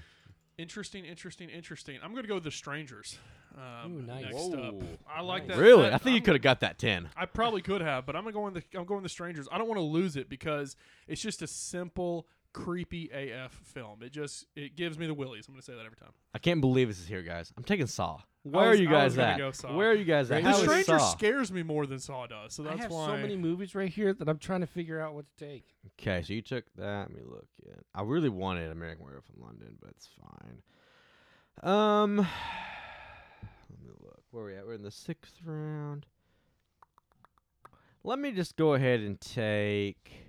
S6: Interesting, interesting, interesting. I'm gonna go with The Strangers. Um,
S4: Ooh, nice.
S6: Next up,
S5: Whoa.
S6: I like
S4: Nice.
S6: that.
S5: really?
S6: that- um,
S5: I think you
S6: I'm-
S5: could have got that 10.
S6: I probably could have, but I'm gonna go in the I'm going the strangers. I don't want to lose it because it's just a simple, creepy AF film. It just it gives me the willies. I'm gonna say that every time.
S5: I can't believe this is here, guys. I'm taking Saw. Where
S6: was-
S5: are you
S6: I
S5: guys
S6: was gonna
S5: at?
S6: go Saw.
S5: Where are you guys at?
S4: The
S5: How
S6: the
S5: is
S6: stranger
S5: Saw?
S6: scares me more than Saw does, so that's
S4: I have
S6: why.
S4: so many movies right here that I'm trying to figure out what to take.
S5: Okay, so you took that. Let me look. Yeah, I really wanted American Werewolf in London, but it's fine. Um, let me look. Where are we at? We're in the sixth round. Let me just go ahead and take.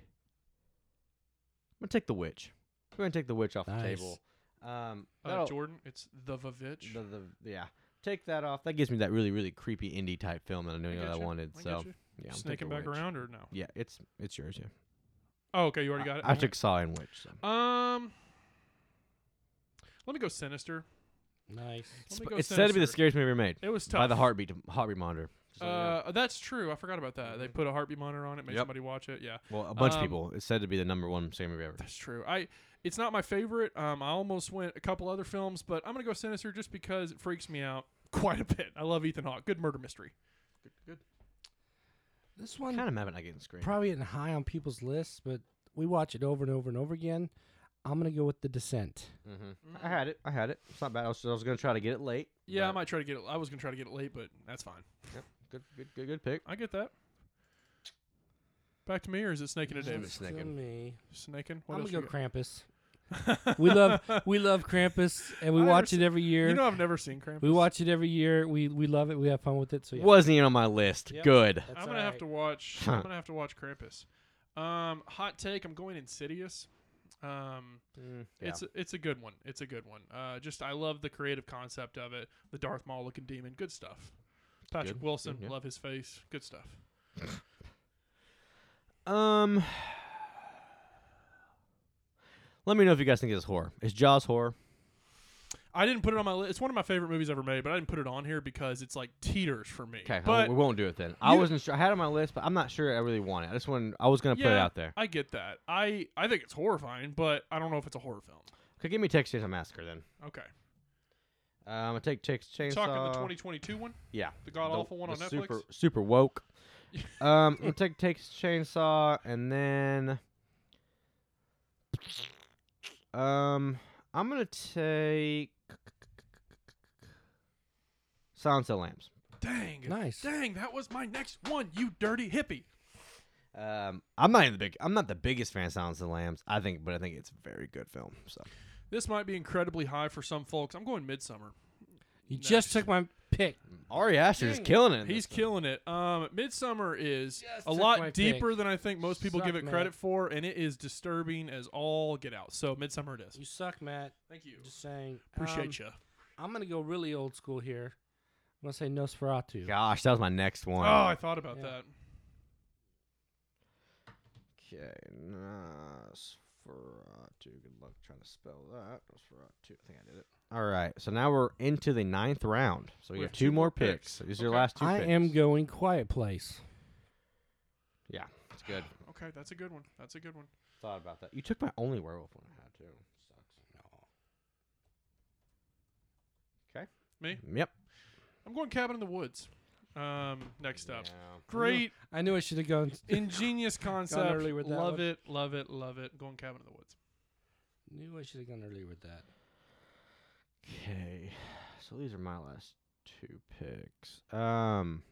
S5: I'm gonna take the witch. We're gonna take the witch off
S4: Nice.
S5: the table. Um,
S6: uh,
S5: that'll-
S6: Jordan, it's the Vavitch.
S5: the, the, yeah, take that off. That gives me that really really creepy indie type film that I knew
S6: I
S5: that I
S6: gotcha,
S5: wanted.
S6: I
S5: so
S6: gotcha.
S5: yeah, uh, I'm
S6: snaking
S5: taking
S6: back
S5: Witch.
S6: around or no?
S5: Yeah, it's it's yours. Yeah,
S6: Oh, okay, you already got
S5: I,
S6: it.
S5: I
S6: Alright.
S5: took Saw and Witch. So.
S6: Um, let me go Sinister.
S4: Nice.
S6: Let me
S5: Sp-
S6: go
S5: it's said to be the
S6: Sinister.
S5: scariest movie ever made
S6: It was tough
S5: by the heartbeat heartbeat monitor. Just let you know.
S6: Uh, that's true. I forgot about that. They put a heartbeat monitor on it, made
S5: Mm-hmm. Yep.
S6: somebody watch it. Yeah,
S5: well, a bunch
S6: um,
S5: of people. It's said to be the number one scary movie ever.
S6: that's true. I it's not my favorite. Um, I almost went a couple other films, but I'm gonna go Sinister just because it freaks me out quite a bit. I love Ethan Hawke. Good murder mystery. Good, good.
S4: This
S5: Kind
S4: one
S5: of mad at not getting screened.
S4: probably isn't high on people's lists, but we watch it over and over and over again. I'm gonna go with The Descent.
S5: I had it. I had it. It's not bad. I was, I was gonna try to get it late.
S6: Yeah, I
S5: but-
S6: might try to get it. I was gonna try to get it late, but that's fine.
S5: Yep. Good, good, good, good pick.
S6: I get that. Back to me, or is it snaking to Davis?
S4: Still
S5: Snaking.
S4: me.
S6: Snaking. What
S4: I'm
S6: else
S4: gonna go
S6: we got?
S4: Krampus. we love we love Krampus, and we
S6: I never
S4: watch
S6: seen-
S4: it every year.
S6: You know, I've never seen Krampus.
S4: we watch it every year. We we love it. We have fun with it. So yeah,
S5: Wasn't even on my list.
S4: Yep.
S5: Good.
S4: that's
S6: I'm gonna have to
S4: alright.
S6: watch.
S5: Huh.
S6: I'm gonna have to watch Krampus. Um, hot take. I'm going Insidious. Um,
S5: Mm,
S6: it's a, it's a good one. It's a good one. Uh, just I love the creative concept of it. The Darth Maul looking demon. Good stuff. Patrick
S5: Good,
S6: Wilson.
S5: good, yeah.
S6: Love his face. Good stuff.
S5: Um, let me know if you guys think it's horror. Is Jaws horror?
S6: I didn't put it on my list. It's one of my favorite movies ever made, but I didn't put it on here because it's like teeters for me.
S5: Okay,
S6: but
S5: we won't do it then. I
S6: you-
S5: wasn't sure. I had it on my list, but I'm not sure I really want it. I just wanted. I was gonna put it out there.
S6: I get that. I I think it's horrifying, but I don't know if it's a horror film.
S5: Okay, give me Texas Chainsaw Massacre then.
S6: Okay.
S5: Um, I'm gonna take Texas Chainsaw.
S6: Talking the 2022 one,
S5: Yeah.
S6: the god awful one
S5: uh, the
S6: on Netflix.
S5: Super, super woke. um, I'm gonna take Texas Chainsaw, and then, um, I'm gonna take Silence of the Lambs.
S6: Dang.
S4: Nice.
S6: Dang, that was my next one, you dirty hippie.
S5: Um, I'm not even the big. I'm not the biggest fan of Silence of the Lambs. I think, but I think it's a very good film. So
S6: This might be incredibly high for some folks. I'm going midsummer.
S4: you just took my pick.
S5: Ari Aster is
S4: Dang it.
S5: killing it. in this
S6: He's
S5: thing.
S6: killing it. Um, midsummer is
S4: Just
S6: a
S4: took my
S6: lot
S4: pick.
S6: deeper than I think most people
S4: Suck,
S6: give it
S4: man.
S6: credit for, and it is disturbing as all get out. So midsummer it is.
S4: You suck, Matt.
S6: Thank you.
S4: Just saying.
S6: Appreciate
S4: Um,
S6: you.
S4: I'm gonna go really old school here. I'm gonna say Nosferatu.
S5: Gosh, that was my next
S6: Oh,
S5: one.
S6: I thought about
S4: Yeah.
S6: that.
S5: Okay, Nosferatu. Good luck trying to spell that. Nosferatu. I think I did it. All right, so now we're into the ninth round. So we, have, two, more picks. So These are your
S6: Okay.
S5: last two.
S4: I
S5: picks.
S4: am going Quiet Place.
S5: Yeah, it's good.
S6: Okay, that's a good one. That's a good one.
S5: Thought about that. You took my only werewolf one I had too. Sucks.
S6: Me?
S5: No. Yep.
S6: I'm going cabin in the woods. Um, next up.
S5: Yeah.
S6: Great,
S4: I knew I should have gone.
S6: ingenious concept.
S4: early with that
S6: Love
S4: one.
S6: it, love it, love it. Going cabin in the woods.
S4: Knew I should have gone earlier with that.
S5: Okay, so these are my last two picks. Um,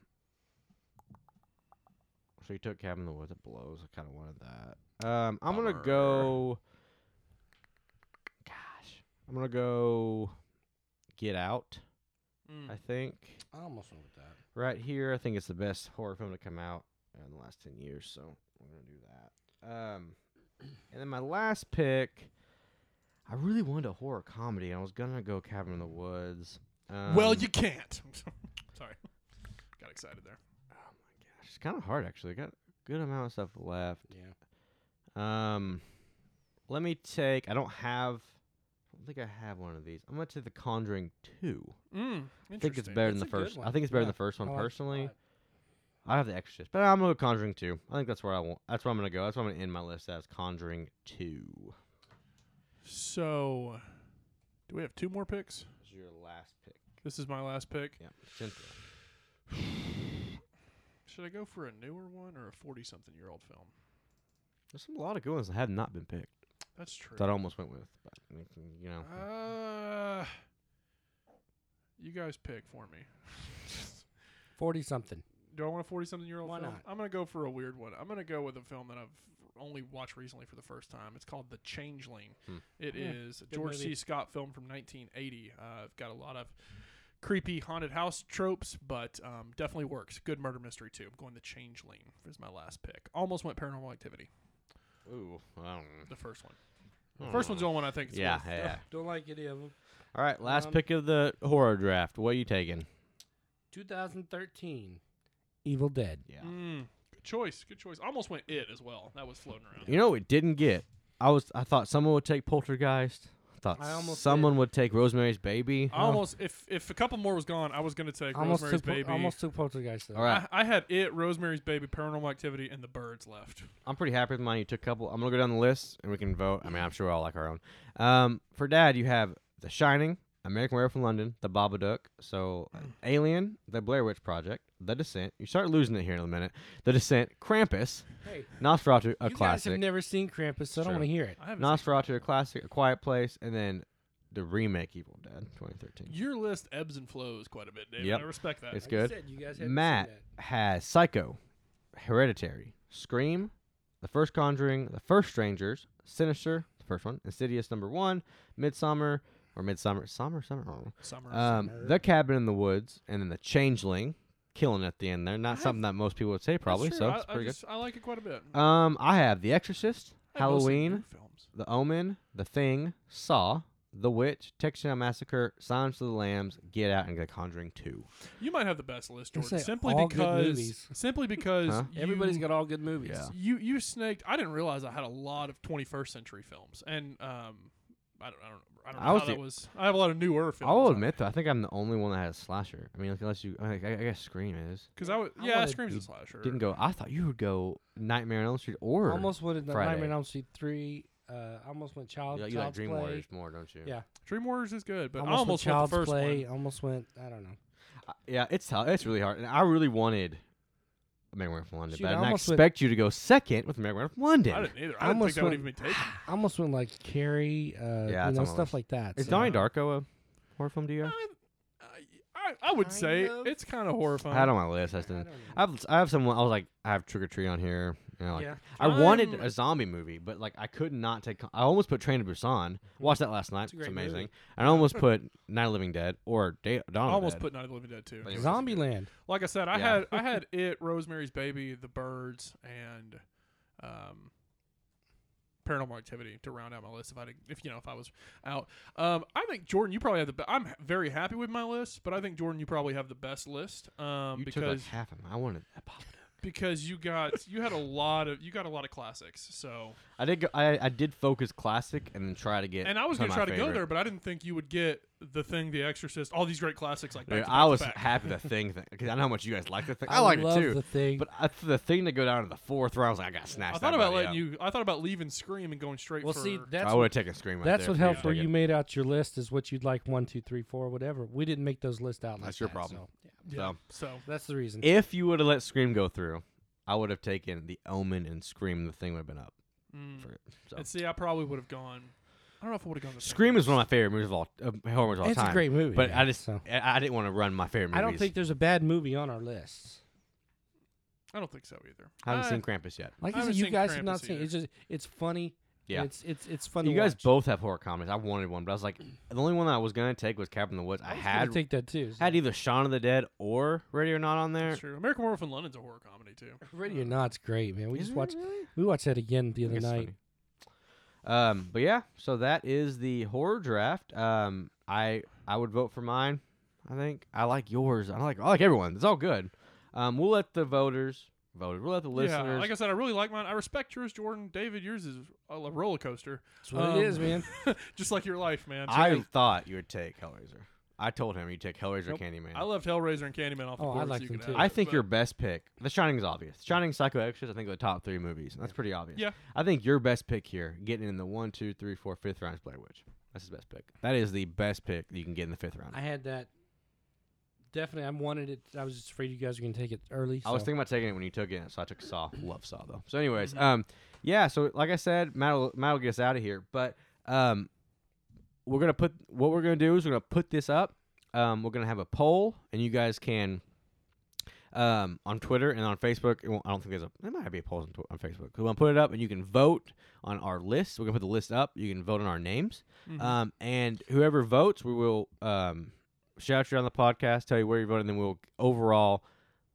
S5: so you took Cabin in the Woods. It blows. I kind of wanted that. Um, I'm gonna
S1: Bummer.
S5: go. Gosh, I'm gonna go. Get Out.
S6: Mm.
S5: I think
S4: I almost went with that.
S5: right here. I think it's the best horror film to come out in the last ten years. So we're gonna do that. Um, and then my last pick. I really wanted a horror comedy. and I was gonna go Cabin in the Woods. Um,
S6: well, you can't. Sorry, got excited there.
S5: It's kind of hard actually. Got a good amount of stuff left.
S4: Yeah.
S5: Um, let me take. I don't have. I don't think I have one of these. I'm gonna take The Conjuring Two.
S6: Mm,
S5: I think it's
S6: interesting.
S5: better than the
S4: That's a good
S5: first. I
S4: one.
S5: think it's better
S4: Yeah.
S5: than the first one
S4: I like it a
S5: personally.
S4: lot.
S5: I have The Exorcist, but I'm gonna go Conjuring Two. I think that's where I want. That's where I'm gonna go. That's where I'm gonna end my list as Conjuring Two.
S6: So, do we have two more picks?
S5: This is your last pick.
S6: This is my last pick.
S5: Yeah, Cynthia.
S6: Should I go for a newer one or a forty-something-year-old film?
S5: There's a lot of good ones that have not been picked
S6: That's true.
S5: that I almost went with, but you know.
S6: Uh, you guys pick for me.
S4: Forty something.
S6: Do I want a forty-something-year-old
S4: Why
S6: film?
S4: not?
S6: I'm gonna go for a weird one. I'm gonna go with a film that I've only watched recently for the first time. It's called The Changeling.
S5: Hmm.
S6: It is
S4: Yeah,
S6: a George C.
S4: movie.
S6: Scott film from 1980. Uh, I've got a lot of creepy haunted house tropes, but um, definitely works. Good murder mystery too. I'm going The Changeling is my last pick. Almost went Paranormal Activity.
S4: Uh,
S5: Ooh, I don't
S6: The first one.
S5: know.
S6: The first one's the only one I think. Is
S5: Hmm. Yeah,
S6: worth-
S5: yeah.
S4: Don't like any of them.
S5: All right, last
S4: Um,
S5: pick of the horror draft. What are you taking?
S4: 2013. Evil Dead.
S5: Yeah.
S6: Mm, good choice. Good choice. Almost went It as well. That was floating around.
S5: You know, what it didn't get. I was I thought someone would take Poltergeist. thought
S4: I almost Oh,
S5: someone would take Rosemary's Baby.
S6: I almost if if a couple more was gone, I was gonna take
S4: almost
S6: Rosemary's
S4: took, po-
S6: Baby.
S4: almost took Poltergeist. Though.
S5: All right,
S6: I, I had it, Rosemary's Baby, Paranormal Activity, and The Birds left.
S5: I'm pretty happy with mine. You took a couple. I'm gonna go down the list and we can vote. I mean, I'm sure we all like our own. Um, for Dad, you have The Shining, American Werewolf in London, The Babadook, so uh, Alien, The Blair Witch Project, The Descent. You start losing it here in a minute. The Descent, Krampus,
S4: Hey,
S5: Nosferatu, a
S4: you guys have
S5: classic.
S4: never seen Krampus, so I don't
S5: Sure.
S4: want to hear it.
S6: I haven't seen-
S5: Nosferatu, a classic, A Quiet Place, and then the remake Evil Dead 2013.
S6: Your list ebbs and flows quite a bit, David.
S5: Yep.
S6: I respect that.
S5: It's
S4: I
S5: good.
S4: said you guys haven't seen
S5: Matt
S4: that.
S5: has Psycho, Hereditary, Scream, The First Conjuring, The First Strangers, Sinister, the first one, Insidious number one, Midsummer or Midsummer, Summer, Summer, I don't know.
S6: Summer.
S5: um, The Cabin in the Woods, and then The Changeling, killing at the end there. Not
S6: I
S5: something that most people would say probably,
S6: That's true.
S5: so
S6: I,
S5: it's
S6: I
S5: pretty
S6: just- I like it quite a bit.
S5: good. Um, I have The Exorcist,
S6: I have mostly
S5: Halloween,
S6: new films.
S5: The Omen, The Thing, Saw, The Witch, Texas Chainsaw Massacre, Silence of the Lambs, Get Out, and The Conjuring Two.
S6: You might have the best list,
S4: They
S6: Jordan.
S4: say
S6: Simply
S4: all good
S6: because,
S4: movies.
S6: simply because
S5: Huh?
S6: you-
S4: Everybody's got all good movies.
S5: Yeah.
S6: You you snaked. I didn't realize I had a lot of 21st century films, and um, I don't I don't I don't know
S5: I
S6: how
S5: was
S6: that
S5: the-
S6: was. I have a lot of newer films.
S5: I'll admit though, I think I'm the only one that had a slasher. I mean, like, unless you, I, I I guess Scream is.
S6: because I was
S4: I
S6: yeah,
S4: wanted-
S6: Scream's
S5: You
S6: a slasher.
S5: Didn't go. I thought you would go Nightmare on Elm Street or
S4: Almost went the Nightmare
S5: Friday.
S4: on Elm Street three. Uh, I almost went Child.
S5: You, like- you like
S4: Child's
S5: Dream
S4: Play.
S5: Warriors more, don't you?
S4: Yeah.
S6: Dream Warriors is good, but
S4: almost,
S6: I almost
S4: went
S6: went
S4: Child's
S6: the first
S4: Play.
S6: one.
S4: Almost went. I don't know.
S5: I- yeah. It's hard- it's really hard, and I really wanted Nightmare from London,
S4: Shoot,
S5: but
S4: I
S5: I didn't
S4: almost went-
S5: expect you to go second with Nightmare from London.
S6: I didn't either. I didn't think
S4: almost
S6: that would
S4: went-
S6: even be taken.
S4: I almost went like Carrie. Uh,
S5: Yeah,
S4: you
S5: it's
S4: know
S5: on my
S4: stuff
S5: list.
S4: like that. Uh,
S5: Is
S4: so-
S5: Donnie Darko a horror film to you?
S6: I,
S5: guys?
S6: I, I would
S4: Kind
S6: say
S4: of.
S6: it's kind of horrifying.
S5: I had on my list. I, just
S4: I
S5: didn't.
S4: don't know.
S5: I have I have someone. I was like, I have Trick or Treat on here. You know, like,
S4: Yeah.
S5: I wanted
S6: I'm-
S5: a zombie movie, but like I could not take. I almost put Train to Busan. Watched that last night.
S4: a
S5: It's,
S4: great
S5: amazing.
S4: movie.
S5: And I almost put Night of the Living Dead or Day. Dawn
S6: I
S5: of the
S6: almost
S5: Dead.
S6: put Night of the Living Dead too.
S5: Anyway.
S4: Zombieland.
S6: Like I said, I
S5: Yeah.
S6: had I had it, Rosemary's Baby, The Birds, and um, Paranormal Activity to round out my list. If I did, if you know if I was out, um, I think Jordan, you probably have the. Be- I'm h- very happy with my list, but I think Jordan, you probably have the best list. Um,
S5: You took
S6: because
S5: like half of them. I wanted.
S6: because you got you had a lot of you got a lot of classics. So
S5: I did. Go, I I did focus classic and then try to get.
S6: and I was
S5: some
S6: gonna
S5: of
S6: try
S5: my
S6: to go
S5: favorite.
S6: there, but I didn't think you would get the thing, The Exorcist, all these great classics like. Back
S5: Dude,
S6: to back
S5: I
S6: to
S5: was
S6: back.
S5: happy the thing thing because I know how much you guys like the thing. I, like
S4: love
S5: it too.
S4: The thing.
S5: but I, for the thing to go down to the fourth round, I was like, I got snatched.
S6: I thought about letting you. I thought about leaving Scream and going straight.
S4: well,
S6: for,
S4: see, that's
S5: I would have taken Scream. Right
S4: that's
S5: there
S4: what
S5: if you
S4: helped. Where
S5: took
S4: you
S5: it.
S4: made out your list is what you'd like one, two, three, four, whatever. We didn't make those lists out. Like
S5: That's your
S4: that,
S5: problem.
S4: so-
S6: yeah,
S5: so.
S6: so
S4: That's the reason.
S5: If you would have let Scream go through, I would have taken The Omen and Scream. The thing would have been up.
S6: Mm.
S5: For it, so.
S6: And see, I probably would have gone. I don't know if I would have gone. The
S5: Scream is one of my favorite movies of all uh, horror movies of all
S4: It's a
S5: time.
S4: great movie,
S5: but
S4: yeah,
S5: I just
S4: so.
S5: I, I didn't want to run my favorite movies.
S4: I don't think there's a bad movie on our list.
S6: I don't think so either.
S5: I haven't
S6: Uh,
S5: seen Krampus yet.
S4: Like
S6: I
S4: I said,
S6: haven't
S4: you
S6: seen
S4: guys have
S6: Krampus
S4: not seen. it.
S6: either.
S4: It's just it's funny.
S5: Yeah.
S4: and it's it's it's fun.
S5: You
S4: to
S5: guys
S4: watch.
S5: both have horror comedies. I wanted one, but I was like, the only one that I was gonna take was Cabin in the Woods. I,
S4: I was gonna
S5: had
S4: take that too. so-
S5: had either Shaun of the Dead or Ready or Not on there.
S6: That's true. American Werewolf in London's a horror comedy too.
S4: Ready or not, it's great, man. We just watched we watched that again the
S5: I
S4: other
S5: guess it's
S4: night.
S5: funny. Um, but yeah, so that is the horror draft. Um, I I would vote for mine. I think I like yours. I like I like everyone. It's all good. Um, we'll let the voters vote. We'll let the
S6: Yeah,
S5: listeners.
S6: like I said, I really like mine. I respect yours, Jordan. David, yours is a l- roller coaster.
S4: That's what it
S5: Um,
S4: is, man.
S6: Just like your life, man. So,
S5: I
S6: hey,
S5: thought you would take Hellraiser. I told him you would take Hellraiser
S6: Nope.
S5: Candyman.
S6: I left Hellraiser and Candyman off the
S4: Oh, I
S6: board. so
S4: liked
S6: you
S4: them
S6: could
S4: too.
S6: have
S5: I
S6: it,
S5: think
S6: but
S5: your best pick, The Shining is obvious. Shining, Psycho Extras, I think are the top three movies. That's pretty obvious.
S6: Yeah.
S5: I think your best pick here, getting in the one, two, three, four, fifth round is Blair Witch. That's his best pick. That is the best pick you can get in the fifth round.
S4: I
S5: I,
S4: had that. Definitely, I wanted it. I was just afraid you guys were gonna take it early.
S5: was
S4: so-
S5: thinking about taking it when you took it, so I took Saw. Love Saw though. So, anyways, um, yeah. So, like I said, Matt will, Matt will get us out of here, but um, we're gonna put what we're gonna do is we're gonna put this up. Um, we're gonna have a poll, and you guys can um, on Twitter and on Facebook. It won't- I don't think there's a. There might be a poll on, Tw- on Facebook. We're gonna put it up, and you can vote on our list. We're gonna put the list up. You can vote on our names, um, and whoever votes, we will um, shout you on the podcast, tell you where you voted, and then we'll overall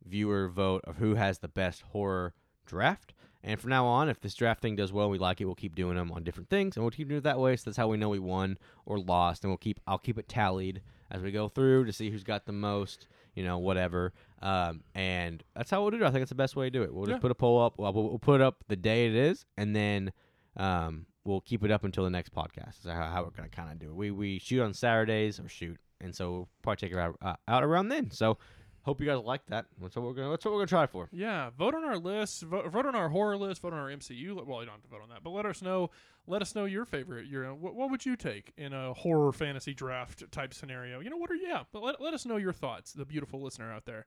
S5: viewer vote of who has the best horror draft. And from now on, if this draft thing does well, and we like it. We'll keep doing them on different things, and we'll keep doing it that way. So that's how we know we won or lost, and we'll keep. I'll keep it tallied as we go through to see who's got the most, you know, whatever. Um, and that's how we'll do it. I think it's the best way to do it. We'll just
S6: Yeah.
S5: put a poll up. Well, we'll, we'll put up the day it is, and then um, we'll keep it up until the next podcast. Is how, how we're gonna kind of do it. We we shoot on Saturdays or shoot, and so we'll probably take it out, uh, out around then. So hope you guys like that. That's what we're gonna. That's what we're gonna try for.
S6: Yeah, vote on our list. Vote, vote on our horror list. Vote on our MCU. li- Well, you don't have to vote on that, but let us know. Let us know your favorite. Your what, what would you take in a horror fantasy draft type scenario? You know what? Are yeah, but let, let us know your thoughts. The beautiful listener out there.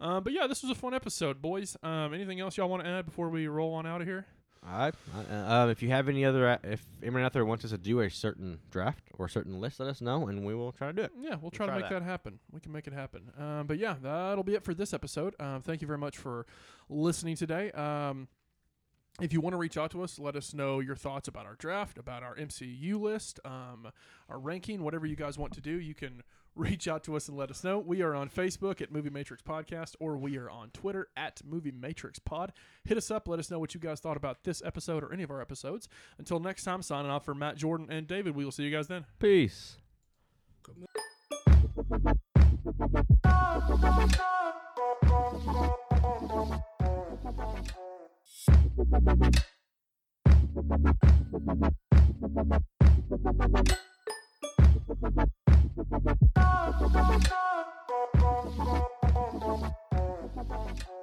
S6: Um, but yeah, this was a fun episode, boys. Um, anything else y'all want to add before we roll on out of here?
S5: All right. Uh, um, if you have any other, uh, if anyone out there wants us to do a certain draft or a certain list, let us know, and we will try to do it.
S6: Yeah, we'll try,
S5: try
S6: to make that.
S5: that.
S6: happen. We can make it happen. Um, but yeah, that'll be it for this episode. Um, thank you very much for listening today. Um, if you want to reach out to us, let us know your thoughts about our draft, about our MCU list, um, our ranking, whatever you guys want to do. You can reach out to us and let us know. We are on Facebook at Movie Matrix Podcast, or we are on Twitter at Movie Matrix Pod. Hit us up. Let us know what you guys thought about this episode or any of our episodes. Until next time, signing off for Matt Jordan and David. We will see you guys then.
S5: Peace.
S7: Thank you.